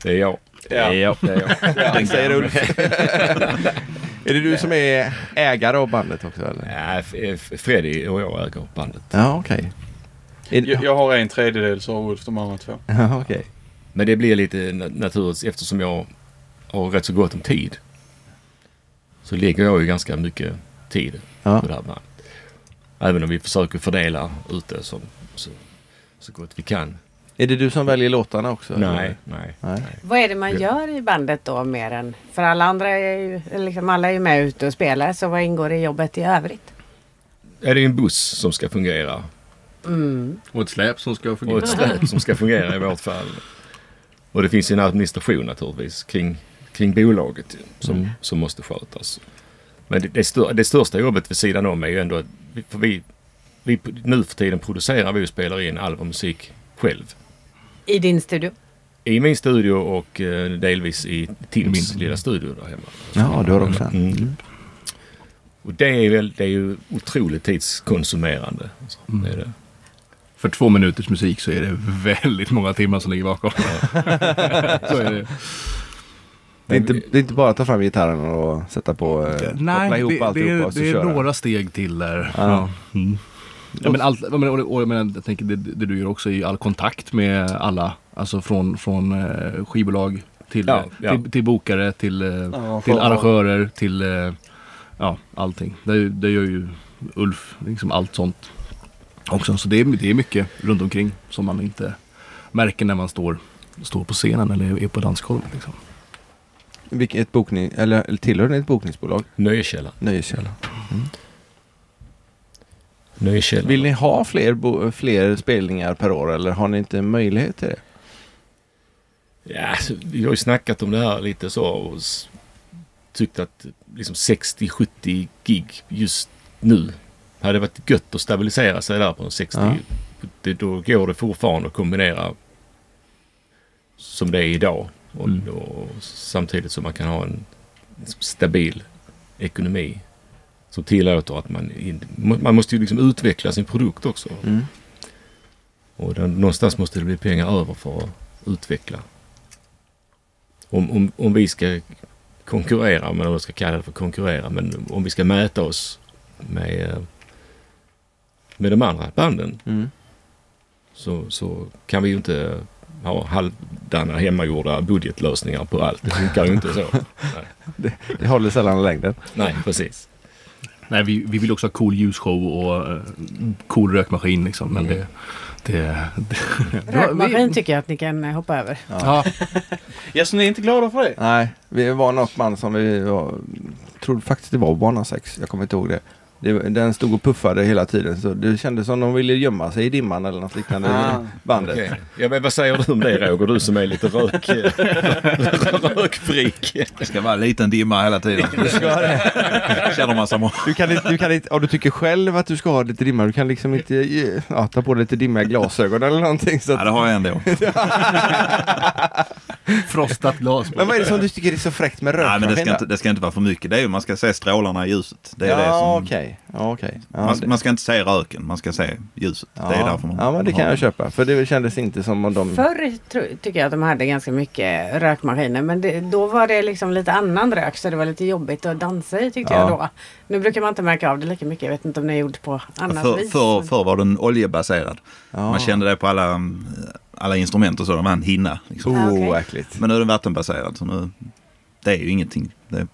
S9: Det är jag.
S6: Ja.
S2: det är
S9: (laughs)
S2: jag. Säger Ulf. (laughs) är det du som är ägare av bandet också eller?
S9: Nej, F- F- Freddy och jag äger bandet.
S2: Ja, okej. Är det-
S6: Jag, jag har en tredjedel så har Ulf de andra två.
S2: (laughs) Ja, okej.
S9: Men det blir lite na- naturligt eftersom jag har rätt så gott om tid. Så lägger jag ju ganska mycket tid
S2: Ja.
S9: på det här bandet. Även om vi försöker fördela ut det som, så, så gott vi kan.
S2: Är det du som väljer låtarna också?
S9: Nej,
S2: eller?
S9: nej.
S2: Nej.
S5: Vad är det man gör i bandet då mer än... För alla andra är ju, eller liksom alla är ju med ute och spelar så vad ingår i jobbet i övrigt?
S9: Är det en buss som ska fungera?
S7: Och ett släp som ska
S9: Och
S7: fungera.
S9: ett släp som ska fungera i vårt fall. Och det finns ju en administration naturligtvis kring, kring bolaget ju, som, som måste skötas. Men det, det, stör, det största jobbet vid sidan om är ju ändå att vi, för vi, vi nu för tiden producerar vi och spelar in all vår musik själv.
S5: I din studio?
S9: I min studio och eh, delvis i Tims
S7: Min.
S9: lilla studio där hemma.
S2: Ja, du har också en.
S9: Mm. Och det är, väl, det är ju otroligt tidskonsumerande. Det är det.
S7: Mm. För två minuters musik så är det väldigt många timmar som ligger bakom. (laughs) så är det.
S2: Det är, inte, det är inte bara att ta fram gitarren och sätta på, eh, koppla
S7: Nej,
S2: ihop
S7: det, det,
S2: alltihopa
S7: är,
S2: och så
S7: det är
S2: köra.
S7: några steg till där. Ja. Mm. Ja, men allt, jag, menar, och, och, jag, menar, jag tänker det, det du gör också är ju all kontakt med alla. Alltså från, från eh, skivbolag till, eh,
S9: Ja, ja.
S7: till, till bokare, till, eh,
S4: Ja,
S7: till
S4: för-
S7: arrangörer, till eh, ja, allting. Det, det gör ju Ulf, liksom allt sånt också. Så det är, det är mycket runt omkring som man inte märker när man står, står på scenen eller är på dansgolvet. Liksom.
S2: Vilket bokning, eller eller tillhör ni ett bokningsbolag?
S9: Nöjeskällan.
S2: Nöjeskälla.
S9: Nöjeskällan.
S2: Vill ni ha fler, bo, fler spelningar per år eller har ni inte möjlighet till det?
S9: Ja, så vi har ju snackat om det här lite så och s- tyckt att liksom 60-70 gig just nu hade varit gött att stabilisera sig där på en 60.
S2: Ja.
S9: Det, då går det fortfarande att kombinera som det är idag och,
S7: Mm.
S9: och samtidigt som man kan ha en liksom stabil ekonomi som tillåter att man... In, man måste ju liksom utveckla sin produkt också.
S2: Mm.
S9: Och där, någonstans måste det bli pengar över för att utveckla. Om, om, om vi ska konkurrera, om man ska kalla det för konkurrera, men om vi ska mäta oss med, eh, med de andra banden
S2: Mm.
S9: så, så kan vi ju inte ha halvdana hemmagjorda budgetlösningar på allt. Det funkar ju
S2: (laughs)
S9: inte så.
S2: Det håller sällan i längden.
S9: Nej, precis.
S7: Nej, vi, vi vill också ha cool ljusshow och eh, cool rökmaskin liksom. Men
S9: Mm.
S7: det... det, det
S5: Rökmaskin tycker jag att ni kan eh, hoppa över.
S7: ja, (laughs)
S6: Ja, så ni är inte glada för det?
S2: Nej, vi var något band som vi var, trodde faktiskt det var Bana 6. Jag kommer inte ihåg det. det. Den stod och puffade hela tiden så det kändes som de ville gömma sig i dimman eller något liknande.
S6: Ah,
S2: bandet.
S9: Okay. Ja, men vad säger du om det Roger, du som är lite rök, rökfreak?
S8: Det ska vara en liten dimma hela tiden. Känner man som...
S2: Du kan inte, du kan inte, ja, du tycker själv att du ska ha lite dimma, du kan liksom inte eh, ja, ta på dig lite dimmiga glasögon eller någonting. Så
S8: Ja,
S2: att,
S8: det har jag
S2: (laughs)
S8: ändå.
S7: frostat glas.
S2: men vad är det som du tycker är så fräckt med
S8: Nej,
S2: rökmaskin?
S8: men det ska,
S2: då?
S8: inte, det ska inte vara för mycket. Det är ju, man ska se strålarna i ljuset. Det är det
S2: ja,
S8: som...
S2: okej. Ja, okej. Ja,
S8: Man,
S2: det-
S8: man ska inte se röken, man ska se ljuset. Det är
S2: ja.
S8: därför man
S2: Ja, men det
S8: man
S2: kan
S8: har
S2: jag köpa. För det kändes inte som om de...
S5: Förr tro- tycker jag att de hade ganska mycket rökmaskiner men det, då var det liksom lite annan rök så det var lite jobbigt att dansa i tyckte
S2: Ja.
S5: jag då. Nu brukar man inte märka av det lika mycket. Jag vet inte om ni har gjort på annat
S8: Förr
S5: vis.
S8: för,
S5: men-
S8: var den oljebaserad.
S2: Ja.
S8: Man kände det på alla, mm, alla instrument och så. De var en hinna. Liksom.
S2: Oh,
S5: Ah, okej.
S2: äckligt.
S8: Men nu är den vattenbaserad. Så nu, det är ju ingenting. Det,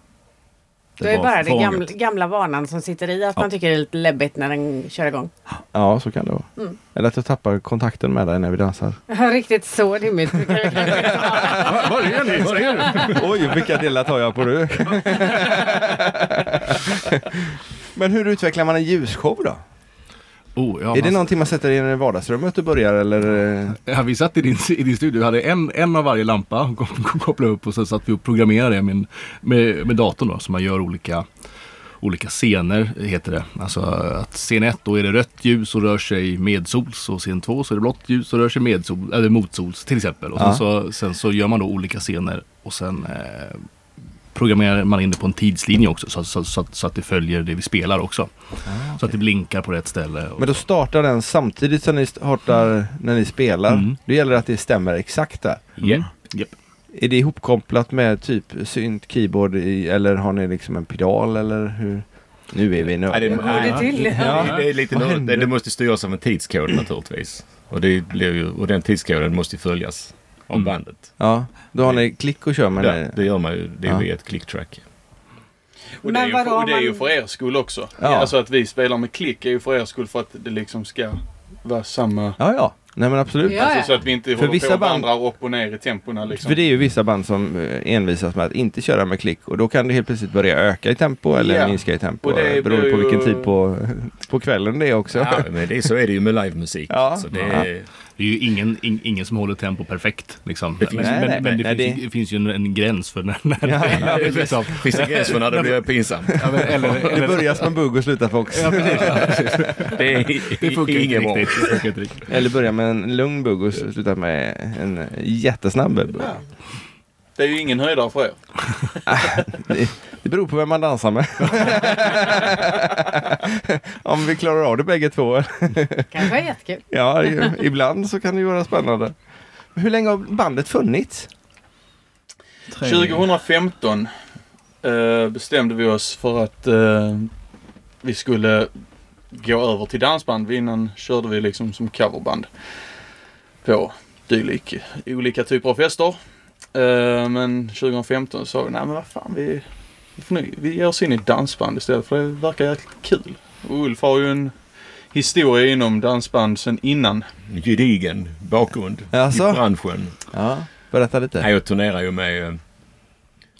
S5: det är bara den
S8: fångligt.
S5: gamla, gamla vanan som sitter i att
S8: Ja.
S5: man tycker det är lite läbbigt när den kör igång.
S2: Ja, så kan det vara. Eller att jag tappar kontakten med dig när vi dansar.
S5: Riktigt så dimmigt brukar det kanske inte vara.
S7: Var är ni? Var är ni?
S2: (laughs) Oj, vilka delar tar jag på du? (laughs) Men hur utvecklar man en ljusshow då?
S7: (laughs) Oh, ja,
S2: är det
S7: man-
S2: någonting man sätter in i vardagsrummet och börjar eller? eh,
S7: Ja, vi satt i din, i din studio, vi hade en, en av varje lampa och kom- kom- kopplade upp och sen satt vi och programmerade det med, en- med, med datorn då, så man gör olika, olika scener, heter det. Alltså att scen 1 då är det rött ljus och rör sig medsols och scen 2 så är det blått ljus och rör sig medsol, eller motsols till exempel. Och sen,
S2: Ja.
S7: så, sen så gör man då olika scener och sen eh, programmerar man in det på en tidslinje också så, så, så, att- så att det följer det vi spelar också.
S2: Ah,
S7: Så att det blinkar på rätt ställe. Och,
S2: Men då startar den samtidigt som ni startar när ni spelar.
S7: Mm.
S2: Då gäller det att det stämmer exakt där.
S7: Mm.
S2: Är det ihopkopplat med typ synt, keyboard i, eller har ni liksom en pedal eller hur? Nu är vi
S9: Nej,
S2: nu.
S9: det- nej,
S5: Det till.
S9: Det- Det, är lite
S2: Vad
S9: nördigt.
S2: hände?
S9: det måste styras av en tidskod naturligtvis. Och, det blir ju, och den tidskoden måste ju följas av
S7: Mm.
S9: bandet.
S2: Ja, då har ni klick och kör men
S9: det, det gör man ju. Det är
S2: Ja.
S9: ju ett clicktrack.
S6: Och det, är
S5: Men
S6: ju
S5: vadå,
S6: för, och det är ju
S5: man-
S6: för er skull också.
S2: Ja.
S6: Alltså att vi spelar med klick är ju för er skull för att det liksom ska vara samma...
S2: Ja, ja. Nej men absolut.
S5: Ja,
S6: Alltså
S5: ja.
S6: så att vi inte
S2: För
S6: håller
S2: vissa
S6: på och
S2: band-
S6: vandrar upp och ner i tempona liksom.
S2: För det är ju vissa band som eh, envisas med att inte köra med klick och då kan det helt plötsligt börja öka i tempo eller
S6: Ja.
S2: minska i tempo
S6: Och det
S2: eh, beroende på
S6: blir ju-
S2: vilken tid på, på kvällen det är också.
S9: Ja, men det, är- så är det ju med livemusik.
S2: Ja.
S9: Så det, är-
S7: Det är ju ingen, ing, ingen som håller tempo perfekt. Liksom.
S9: Det finns-
S7: men,
S2: Nej, nej,
S7: men, men det,
S2: nej,
S7: finns,
S2: det-
S7: det finns ju en, en gräns för när... när ja, liksom.
S9: finns det en gräns för när det blir pinsamt.
S7: Ja, men- eller,
S2: Det
S7: eller,
S2: börjar som en bugg och slutar fox.
S9: Det är
S7: det funkar inte
S9: ingen bra.
S7: riktigt. Det funkar inte riktigt.
S2: Eller börjar med en lugn bugg och slutar med en jättesnabb bugg.
S6: Det är ju ingen höjdare för er.
S2: Äh, Det, Det beror på vem man
S7: (laughs)
S2: dansar med. Om vi klarar av det bägge två.
S5: Kanske är jättekul.
S2: Ja, ju- ibland så kan det ju vara spännande. Hur länge har bandet funnits?
S8: Tre-
S6: 2015 eh, bestämde vi oss för att eh, vi skulle gå över till dansband. Innan körde vi liksom som coverband på dylik, olika typer av fester. Eh, men 2015 sa vi, nej men vad fan vi, vi, får nu, vi ger oss in i dansband istället för det verkar jäkligt kul. Och Ulf har ju en historia inom dansband sedan innan.
S9: Gedigen bakgrund
S2: Alltså?
S9: i branschen.
S2: Ja, berätta lite.
S9: Nej, jag turnerar ju med... eh,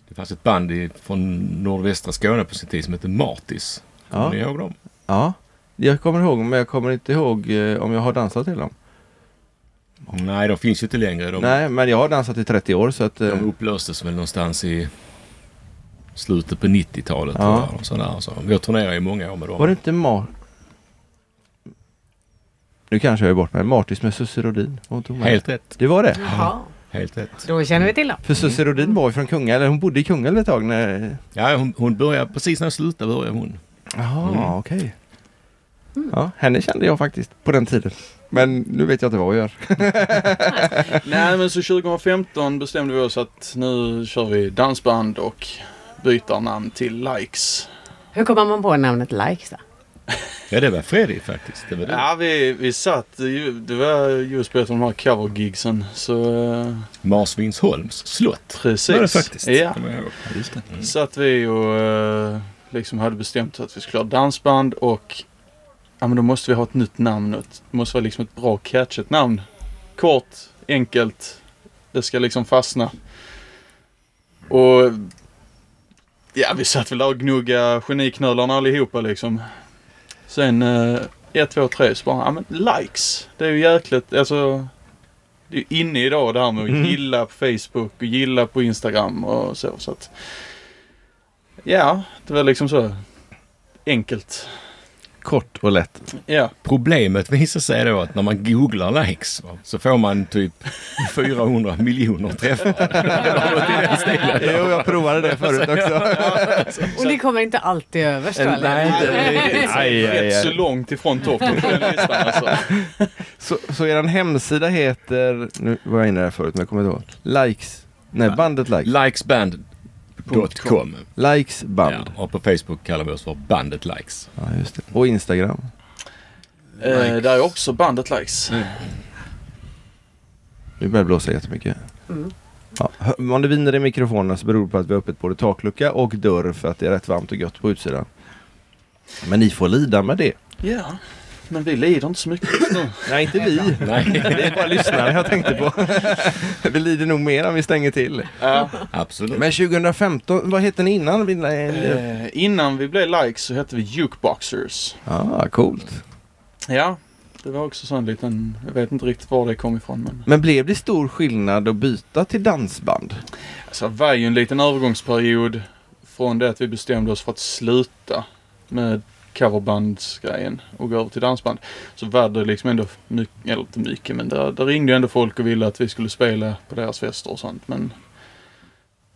S9: Det fanns ett band i, från nordvästra Skåne på sin tid som hette Martis. Kommer
S2: Ja.
S9: ni ihåg dem?
S2: Ja, jag kommer ihåg, men jag kommer inte ihåg eh, om jag har dansat till dem.
S9: Mm, Nej, de finns ju inte längre. De,
S2: Nej, men jag har dansat i 30 år så att... eh,
S9: de upplöstes väl någonstans i slutet på 90-talet.
S2: Ja.
S9: tror jag, och Sådär, så. Jag turnerar i många år med dem.
S2: Var det inte Mar... Nu kanske jag är bort mig. Martis med Sussie Rodin. Hon tog med.
S9: Helt rätt.
S2: Det var det.
S5: Jaha,
S9: Helt rätt.
S5: då känner vi till dem.
S2: För Sussie Rodin var ju från Kungälv. Hon bodde i Kungälv ett tag när...
S9: Ja, hon, hon började, precis när jag slutade började hon. Mm.
S2: Jaha, okej. Ja, henne kände jag faktiskt på den tiden. Men nu vet jag inte vad jag gör.
S6: Nej men så 2015 bestämde vi oss att nu kör vi dansband och byter namn till Likes.
S5: Hur kommer man på namnet Likes då?
S9: Ja, det var Fredrik faktiskt. Det var det.
S6: Ja vi, vi satt, ju- det var just på ett av de här covergigsen så eh,
S9: Marsvinsholms slott.
S6: precis.
S9: var det faktiskt.
S6: Ja,
S9: kommer jag ihåg.
S8: Just det.
S9: Mm.
S6: satt vi och eh, liksom hade bestämt att vi skulle ha dansband och ja men då måste vi ha ett nytt namn. och ett- Det måste vara liksom ett bra catchigt namn. Kort, enkelt. Det ska liksom fastna. Och ja, vi satt väl där och gnuggade geniknölarna allihopa liksom. Sen eh, ett, två, tre så bara, ja men likes. Det är ju jäkligt, alltså. Det är ju inne idag det här med att gilla på Facebook och gilla på Instagram och så. så att, ja, det var liksom så enkelt.
S2: Kort och lätt.
S6: Ja,
S9: Problemet visar sig då att när man googlar likes va, så får man typ 400 miljoner
S2: (laughs)
S9: träffar.
S2: Jo, jag provade det förut också.
S5: Och det kommer inte alltid överst då
S6: Eh,
S5: eller?
S2: Aj, aj,
S6: rätt så
S2: aj.
S6: långt ifrån
S2: (laughs)
S6: toppen på den listan alltså.
S2: Så, så er hemsida heter... Nu var jag inne där förut, men jag kommer inte ihåg. Likes. Nej, bandet Likes.
S9: Likesband.com.
S2: Likes
S9: Ja,
S2: band.
S9: och på Facebook kallar vi oss för bandet likes.
S2: Ja, just det. Och Instagram.
S6: Eh, där är också bandet likes.
S2: Nu börjar det blåsa jättemycket. Ja, hö- om det viner i mikrofonen så beror det på att vi har öppet både taklucka och dörr för att det är rätt varmt och gött på utsidan. Men ni får lida
S9: (laughs)
S2: med det.
S6: Ja, men vi lider inte så mycket just nu.
S2: (laughs) Nej, inte vi.
S9: Nej,
S2: Det är bara lyssnare jag tänkte på. vi lider (laughs) nog mer om vi stänger till.
S6: Ja.
S9: absolut.
S2: Men 2015, vad hette ni innan? Vill- eh,
S6: Eh, innan vi blev likes så hette vi jukeboxers.
S2: Ah, coolt.
S6: Ja, det var också sån liten, jag vet inte riktigt var det kom ifrån men.
S2: Men blev det stor skillnad att byta till dansband?
S6: Alltså det var ju en liten övergångsperiod från det att vi bestämde oss för att sluta med coverbandsgrejen och gå över till dansband. Så var det liksom ändå mycket, eller inte mycket men där, där ringde ju ändå folk och ville att vi skulle spela på deras fester och sånt men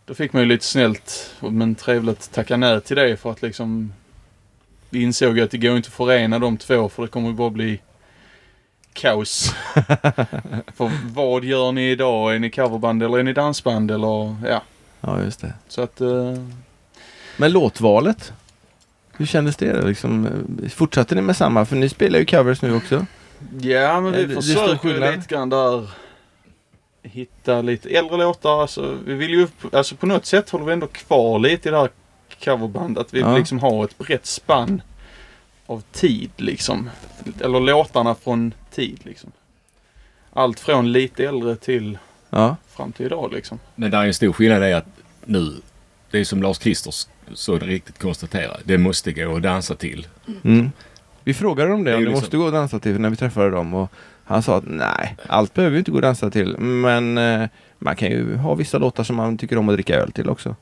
S6: då fick man ju lite snällt men trevligt tacka nej till det för att liksom vi insåg ju att det går inte att förena de två för det kommer ju bara bli kaos. För vad gör ni idag? Är ni coverband eller är ni dansband eller ja.
S2: Ja, just det.
S6: Så att eh,
S2: Men låtvalet? Hur kändes det? Liksom, eh, fortsatte ni med samma? För ni spelar ju covers nu också.
S6: ja men
S2: Ja,
S6: vi
S2: det- det är
S6: försöker
S2: stor
S6: ju
S2: skillnad.
S6: lite grann där hitta lite äldre låtar. Alltså, vi vill ju, alltså på något sätt håller vi ändå kvar lite i det här coverband. Att vi
S2: Ja.
S6: vill liksom har ett brett spann av tid liksom. Eller låtarna från tid liksom. Allt från lite äldre till
S2: Ja.
S6: fram till idag liksom.
S9: Men där är en stor skillnad i att nu, det är som Lars Christer så riktigt konstaterar, det måste gå att dansa till.
S2: Mm. Vi frågade om det,
S9: Det är
S2: om
S9: ju
S2: det
S9: liksom-
S2: måste gå att dansa till när vi träffade dem och han sa att nej, allt behöver ju inte gå att dansa till men eh, man kan ju ha vissa låtar som man tycker om att dricka öl till också.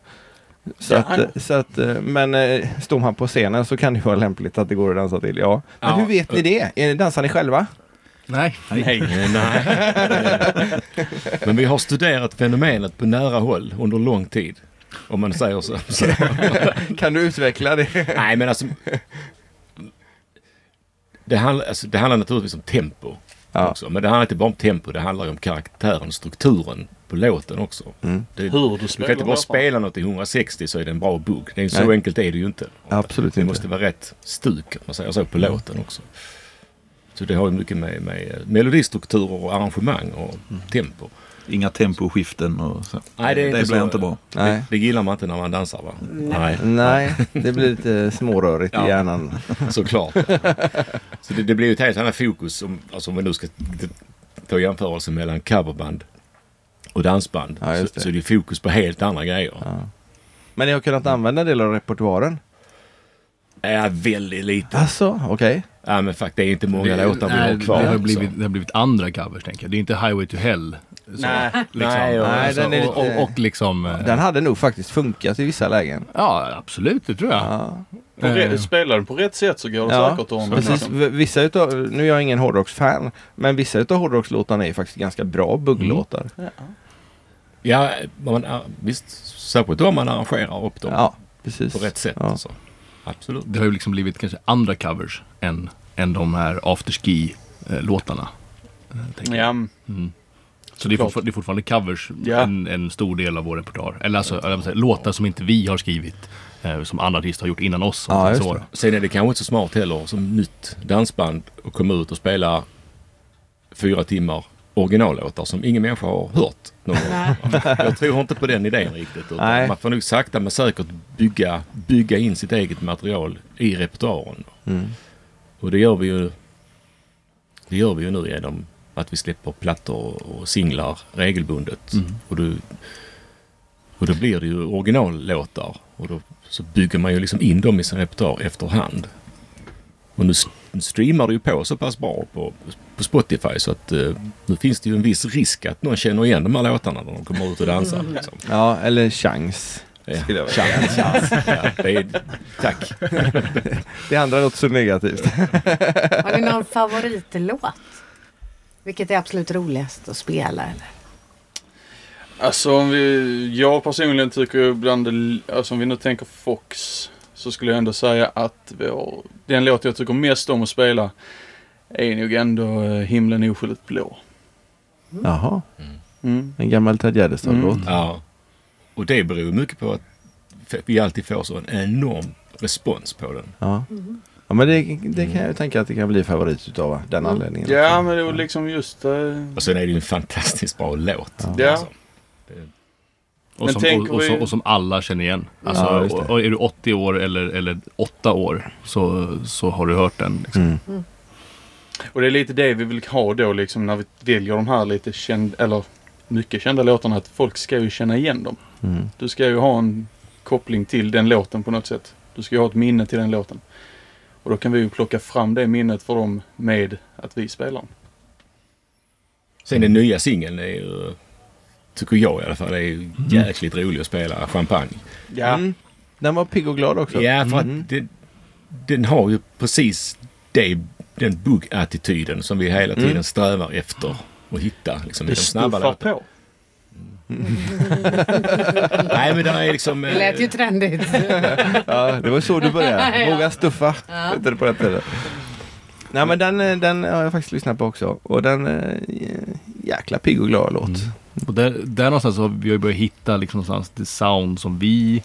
S2: Så
S6: Ja.
S2: att, eh, så att, eh, men eh, står man på scenen så kan det ju vara lämpligt att det går att dansa till, ja. Men
S9: Ja.
S2: hur vet ni det? Är ni- Dansar ni själva?
S7: Nej.
S9: Eh, (laughs) Nej. Men vi har studerat fenomenet på nära håll under lång tid. om man säger så. så.
S2: Kan du utveckla det?
S9: Nej, men alltså. Det handlar, alltså, det handlar naturligtvis om tempo.
S2: Ja.
S9: Också, men det handlar inte bara om tempo, det handlar om karaktären, strukturen på låten också.
S8: Mm.
S9: Det,
S6: Hur du
S9: du
S6: spelar
S9: kan inte bara
S6: låten.
S9: spela något i 160 så är det en bra bugg. Det är, så
S2: Nej.
S9: enkelt är det ju inte.
S2: Absolut
S9: Det
S2: inte.
S9: måste vara rätt stuk, om man säger så, på låten också. Så det har ju mycket med, med melodistrukturer och arrangemang och tempo.
S8: Mm. Inga temposkiften och så.
S9: Nej, det är inte
S8: blir
S9: så.
S8: inte bra.
S2: Nej.
S9: Det, det gillar man inte när man dansar va? Nej.
S2: Nej, det blir lite smårörigt i
S9: Ja.
S2: hjärnan.
S9: (laughs) Såklart. Så det, det blir ju ett helt annat fokus om, alltså om vi nu ska t- ta jämförelsen mellan coverband och dansband.
S2: Ja,
S9: så,
S2: just det.
S9: så det är fokus på helt andra grejer.
S2: Men ni har kunnat använda en del av repertoaren?
S9: Ja. väldigt lite.
S2: Alltså, okej.
S9: Ja, men faktiskt det är inte många låtar vi har kvar.
S7: Det har,
S9: så.
S7: blivit, det har blivit andra covers tänker jag. Det är inte Highway to Hell. så,
S6: Nej.
S7: liksom,
S9: Nej, och-
S2: Nej, den är
S7: och, och,
S2: lite-
S7: och, liksom... eh,
S2: Den hade nog faktiskt funkat i vissa lägen.
S7: Ja, absolut. Det tror jag.
S2: Ja,
S6: På
S7: Eh,
S6: re- spelar du på rätt sätt så går det
S2: ja
S6: säkert att ordna.
S2: precis.
S6: Liksom.
S2: V- Vissa utav, nu är jag ingen hårdrocksfan, men vissa utav hårdrockslåtarna är faktiskt ganska bra bugglåtar.
S9: Mm. Ja, man, visst. Särskilt om man arrangerar upp dem
S2: Ja, precis.
S9: på rätt sätt.
S2: Ja.
S9: Så. Absolut.
S7: Det har ju liksom blivit kanske andra covers än, än de här eh, afterski-låtarna. eh,
S6: Ja, men
S7: Mm. Så det är,
S6: Klart.
S7: fortfar- det är fortfarande covers,
S6: Ja.
S7: en, en stor del av vår repertoar. Eller alltså, eller vad man säger, låtar som inte vi har skrivit, eh, som andra artister har gjort innan oss. Som
S2: Ja,
S7: finns
S2: just
S7: i våra.
S2: det.
S9: Sen är det kanske inte så smart heller som nytt dansband att komma ut och spela fyra timmar originallåtar som ingen människa har hört. Någon gång. (laughs) Jag tror inte på den idén riktigt. utan
S2: Nej.
S9: Man får nog sakta men säkert bygga, bygga in sitt eget material i repertoaren.
S2: Mm.
S9: Och det gör vi ju det gör vi ju nu genom att vi släpper plattor och singlar regelbundet. Och, då, och då blir det ju originallåtar. Och då så bygger man ju liksom in dem i sin repertoar efterhand. Och nu s- nu streamar det ju på så pass bra på, på Spotify så att eh, nu finns det ju en viss risk att någon känner igen de här låtarna när de kommer ut och dansar. Liksom.
S2: Ja, eller chans.
S9: Ja.
S2: Skulle jag vilja säga.
S9: Ja, det är, tack!
S2: (laughs) Det andra låter så negativt.
S5: Har ni någon favoritlåt? Vilket är absolut roligast att spela? Eller?
S6: Alltså om vi, jag personligen tycker ju bland det, alltså om vi nu tänker Fox så skulle jag ändå säga att vår, den låt jag tycker mest om att spela är nog ändå eh, Himlen är oskyldigt blå.
S2: Jaha,
S6: Mm.
S2: en gammal Ted Gärdestad-låt.
S9: Ja. Och det beror ju mycket på att f- vi alltid får så en enorm respons på den.
S2: Ja. ja, men det, det kan jag ju tänka att det kan bli favorit utav va? den anledningen.
S6: Mm. Ja
S2: också.
S6: men det var liksom just eh,
S9: Och sen är det ju en fantastiskt bra låt.
S6: Ja.
S7: Och,
S6: Men
S7: som,
S6: tänker
S7: Alltså, och, och, så,
S6: vi-
S7: och som alla känner igen. Alltså,
S2: Ja, just det.
S7: och, och är du 80 år eller, eller 8 år så, så har du hört den. Liksom.
S2: Mm.
S6: Och det är lite det vi vill ha då liksom när vi väljer de här lite kända, eller mycket kända låtarna, att folk ska ju känna igen dem.
S2: Mm.
S6: Du ska ju ha en koppling till den låten på något sätt. Du ska ju ha ett minne till den låten. Och då kan vi ju plocka fram det minnet för dem med att vi spelar den.
S9: Sen den nya singeln är ju, tycker jag i alla fall, är ju jäkligt rolig att spela. Champagne.
S6: Ja.
S2: Mm. Den var pigg och glad också.
S9: Ja, för
S2: Mm.
S9: att det, den har ju precis det, den bugg-attityden som vi hela
S2: Mm.
S9: tiden strävar efter att hitta. Liksom, i
S6: Det
S9: de snabba
S6: stuffar
S9: låtarna.
S6: på.
S9: Nej, men där är liksom...
S5: Det lät ju
S9: eh,
S5: trendigt.
S2: Ja, det var så du började. Våga stuffa. Hette det på den tiden. Nej men den, eh, den har jag faktiskt lyssnat på också. Och den eh, jäkla pigg och glad låt.
S7: Och där, där någonstans så har vi börjat hitta liksom någonstans det sound som vi,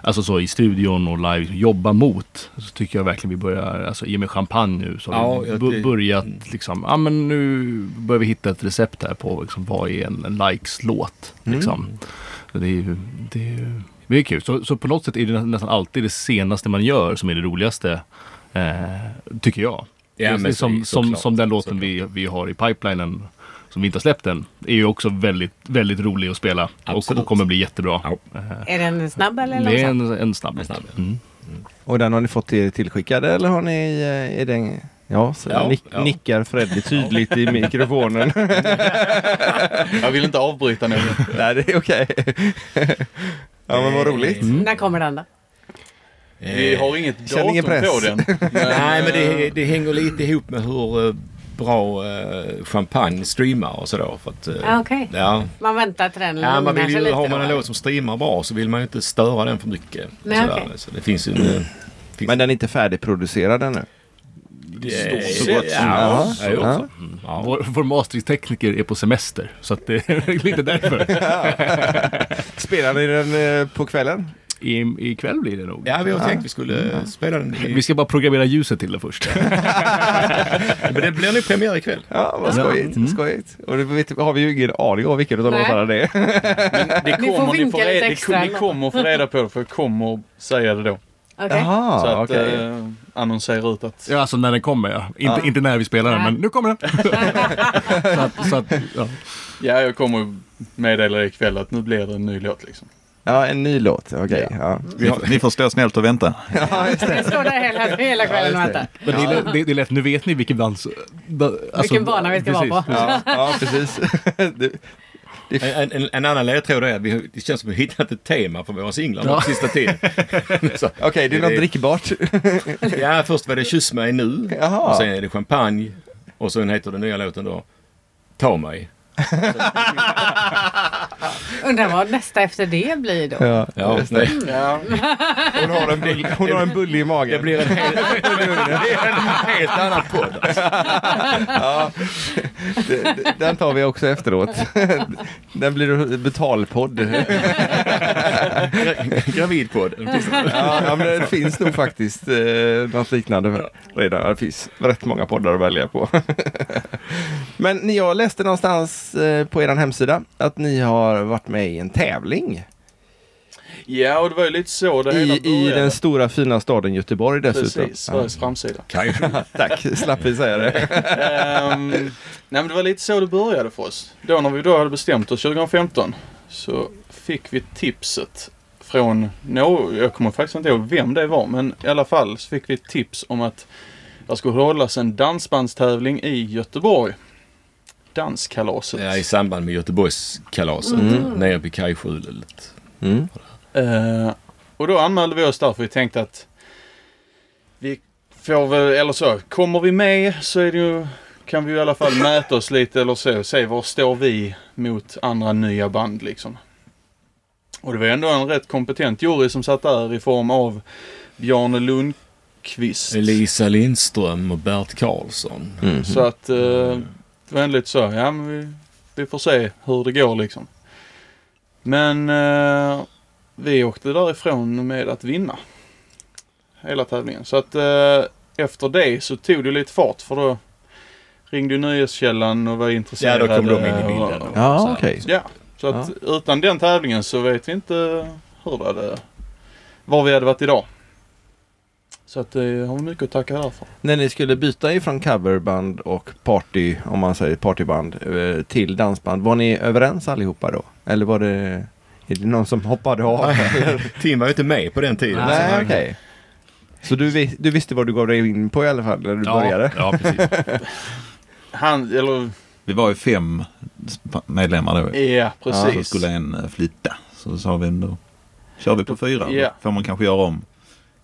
S7: alltså så i studion och live, liksom, jobbar mot. Så tycker jag verkligen vi börjar, alltså i och med champagne nu så har
S9: Ja,
S7: vi
S9: jag-
S7: bu-
S9: det- mm.
S7: börjat liksom, ja men nu börjar vi hitta ett recept här på liksom, vad är en, en likes-låt
S9: Mm.
S7: liksom. Så Det är ju, det är ju det är kul. Så, så på något sätt är det nä- nästan alltid det senaste man gör som är det roligaste, eh, tycker jag.
S9: Ja,
S7: Det är liksom
S9: men
S7: som,
S9: så- såklart.
S7: som, som den låten vi, vi har i pipelinen som vi inte har släppt än är ju också väldigt, väldigt rolig att spela och,
S9: Absolut.
S7: och kommer bli jättebra. Eh,
S9: Ja.
S5: Är den snabb eller
S7: Det är
S5: långsam?
S7: en, en snabb.
S9: En snabb, ja.
S7: Mm.
S2: Och den har ni fått er tillskickad eller har ni, eh, är den, ja, så
S9: Ja,
S2: nick,
S9: ja.
S2: nickar Freddy tydligt i (laughs) mikrofonen. (laughs)
S6: Jag vill inte avbryta någon.
S2: Nej det är okej. ja men vad roligt.
S5: När kommer den då?
S6: Eh. Vi har inget
S2: Känner
S6: datum
S2: ingen press.
S6: på
S2: (laughs)
S6: den.
S9: (laughs) Nej, men det, det hänger lite ihop med hur eh, bra eh, champagne streamare och sådär. För att, eh,
S5: Ja, Ah, okej.
S9: ja.
S5: Man väntar till den
S9: Ja, man
S5: lugnar
S9: vill
S5: sig
S9: ju,
S5: lite
S9: har man
S5: då.
S9: en låt som streamar bra så vill man ju inte störa den för mycket. och
S5: Nej,
S9: sådär.
S5: okej.
S9: Så det finns ju en... eh, finns-
S2: Men den är inte färdigproducerad ännu.
S9: det-
S6: Så gott som-
S9: Ja, ja,
S2: Ja.
S9: också. Mm. Ja.
S7: Vår, vår mastertekniker är på semester, så att det är (laughs) lite
S2: (laughs)
S7: därför.
S2: Spelar ni den eh, på kvällen?
S7: I, ikväll blir det nog. Eh,
S9: Ja, vi har tänkt att vi skulle
S2: Mm.
S9: spela den. I,
S7: Vi ska bara programmera ljuset till det först.
S9: (laughs) Men det blir nog premiär ikväll.
S2: Ja, vad skojigt. skojigt. Och det vet, har vi ju ingen aning om vilken av
S5: Nej.
S2: låtarna det är.
S6: Det
S5: Ni får
S6: kommer ni
S5: vinka
S6: få reda,
S5: lite
S6: det
S5: extra
S6: kom- ni
S5: ändå.
S6: kommer få reda på det för jag kommer säga det då.
S5: Okej.
S6: Så
S2: Jaha,
S6: att
S2: okej.
S6: eh, annonsera ut att...
S7: Ja, alltså när den kommer ja. Inte, inte när vi spelar den,
S5: Nej.
S7: men nu kommer den.
S5: (laughs)
S7: så att, så att, ja.
S6: Ja, jag kommer meddela er ikväll att nu blir det en ny låt liksom.
S2: Ja, en ny låt. Okej. Ja.
S8: Ni, ni får stå snällt och vänta.
S5: (laughs) Jag står där hela, hela kvällen och väntar.
S7: Men det, är lätt, (laughs) det, det är lätt, nu vet ni vilken dans... da- Alltså,
S5: Vilken bana vi ska vara
S7: precis.
S5: på.
S2: Ja. ja, precis. (laughs) Det-
S9: En, en, en annan ledtråd är att vi, har- det känns som att vi har hittat ett tema för våra singlar
S7: Ja.
S9: ja. sista
S2: (laughs)
S9: tiden. Så,
S2: Okej, det är något
S9: Det-
S2: drickbart.
S9: (laughs) ja, först var det Kyss mig nu.
S2: Jaha.
S9: Och sen är det champagne. Och sen heter den nya låten då Ta mig.
S5: Undrar vad nästa efter det blir då.
S2: Ja.
S9: Ja, nej.
S6: Ja,
S2: Hon, har (laughs) en bull, hon har en bulle i magen.
S9: Det blir en helt,
S2: (laughs)
S9: (laughs) det blir en helt annan podd. alltså.
S2: D- d- Den tar vi också efteråt. (laughs) Den blir betalpodd.
S9: Gra- Gravidpodd.
S2: Ja, ja, men det finns nog faktiskt eh, något liknande redan. Det finns rätt många poddar att välja på. (laughs) Men ni, jag läste någonstans eh, på er hemsida att ni har varit med i en tävling.
S6: ja och det var ju lite så det hela
S2: I, I den stora fina staden Göteborg dessutom.
S6: Precis, Sveriges framsida.
S2: Ja, (laughs) tack, slapp vi säga det.
S6: Ehm, nej men det var lite så det började för oss. Då när vi då hade bestämt oss 2015 så fick vi tipset från, no, jag kommer faktiskt inte ihåg vem det var, men i alla fall så fick vi ett tips om att det skulle hållas en dansbandstävling i Göteborg. Danskalaset.
S9: Ja, I samband med Göteborgskalaset nere vid kajskjulet.
S2: Mm.
S6: Eh, och då anmälde vi oss där för vi tänkte att vi får väl, eller så, kommer vi med så är det ju, kan vi ju i alla fall mäta oss lite eller så. Se var står vi mot andra nya band liksom. Och det var ändå en rätt kompetent jury som satt där i form av Bjarne Lundqvist.
S9: Elisa Lindström och Bert Karlsson.
S2: Mm.
S6: Så att eh, det var ändå lite så, ja men vi, vi får se hur det går liksom. Men eh, vi åkte därifrån med att vinna hela tävlingen. Så att eh, efter det så tog det lite fart för då ringde ju Nyhetskällan och var intresserade.
S9: Ja, då kom de in i
S6: och-
S9: bilden.
S6: och-
S2: Ja, okej.
S6: Ja, så att utan den tävlingen så vet vi inte hur det hade, var vi hade varit idag. Så att det har vi mycket att tacka där för.
S2: När ni skulle byta ifrån coverband och party, om man säger partyband, eh, till dansband, var ni överens allihopa då? Eller var det, är det någon som hoppade av?
S9: (laughs) Tim var ju inte med på den tiden.
S2: Nej, okej. Så du, vi- du visste vad du gav dig in på i alla fall när du började?
S7: Ja, precis.
S6: (laughs)
S2: (laughs)
S6: Han, eller
S8: Vi var ju fem sp- medlemmar då.
S6: ja precis.
S8: Så skulle en eh, flytta. Så sa vi ändå, kör vi på fyra. Då
S6: Ja.
S8: får man kanske göra om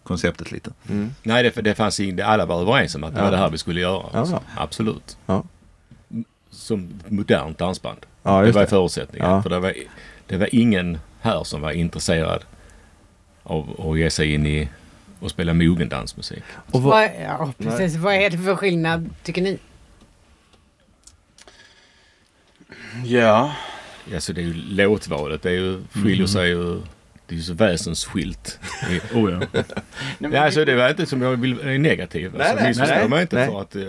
S8: konceptet lite.
S2: Mm.
S9: Nej, det, det fanns in, alla var överens om att det var det här vi skulle göra.
S2: Ja.
S9: Så, Absolut.
S2: Ja.
S9: Som ett modernt dansband.
S2: Ja,
S9: det
S2: just
S9: var
S2: det.
S9: förutsättningen.
S2: Ja.
S9: För det, var, det var ingen här som var intresserad av att ge sig in i och spela mogen dansmusik.
S2: Och vad,
S5: Vad, ja, precis. Vad är det för skillnad tycker ni?
S6: Ja,
S9: Alltså det är ju låtvalet, det är ju, skiljer
S2: Mhm.
S9: sig ju. Det är ju så
S2: (laughs)
S9: väsensskilt.
S7: Oh, ja.
S9: Nej, alltså det var inte som jag vill, är negativ.
S2: Nej,
S9: alltså,
S2: nej,
S9: missförstå
S2: nej,
S9: mig inte
S2: nej.
S9: för att eh,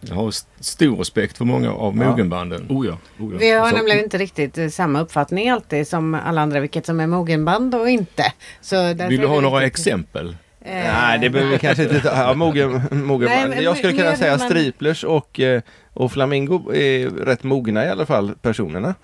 S9: jag har st- stor respekt för många av mogenbanden. Alltså,
S7: Oh, ja. Oh, ja.
S5: Vi har
S9: Så-
S5: nämligen inte riktigt eh, samma uppfattning alltid som alla andra vilket som är mogenband och inte. Så där
S9: Vill
S5: ser
S9: du ha
S5: vi
S9: några
S5: riktigt-
S9: exempel?
S5: Eh,
S2: nej, det behöver vi kanske inte ta.
S9: (laughs)
S2: Ja, mogen, mogen
S5: Nej,
S2: man.
S5: men-
S2: Jag skulle kunna
S5: men-
S2: säga
S5: men-
S2: striplers och, eh, och flamingo är rätt mogna i alla fall,
S9: (laughs)
S2: personerna.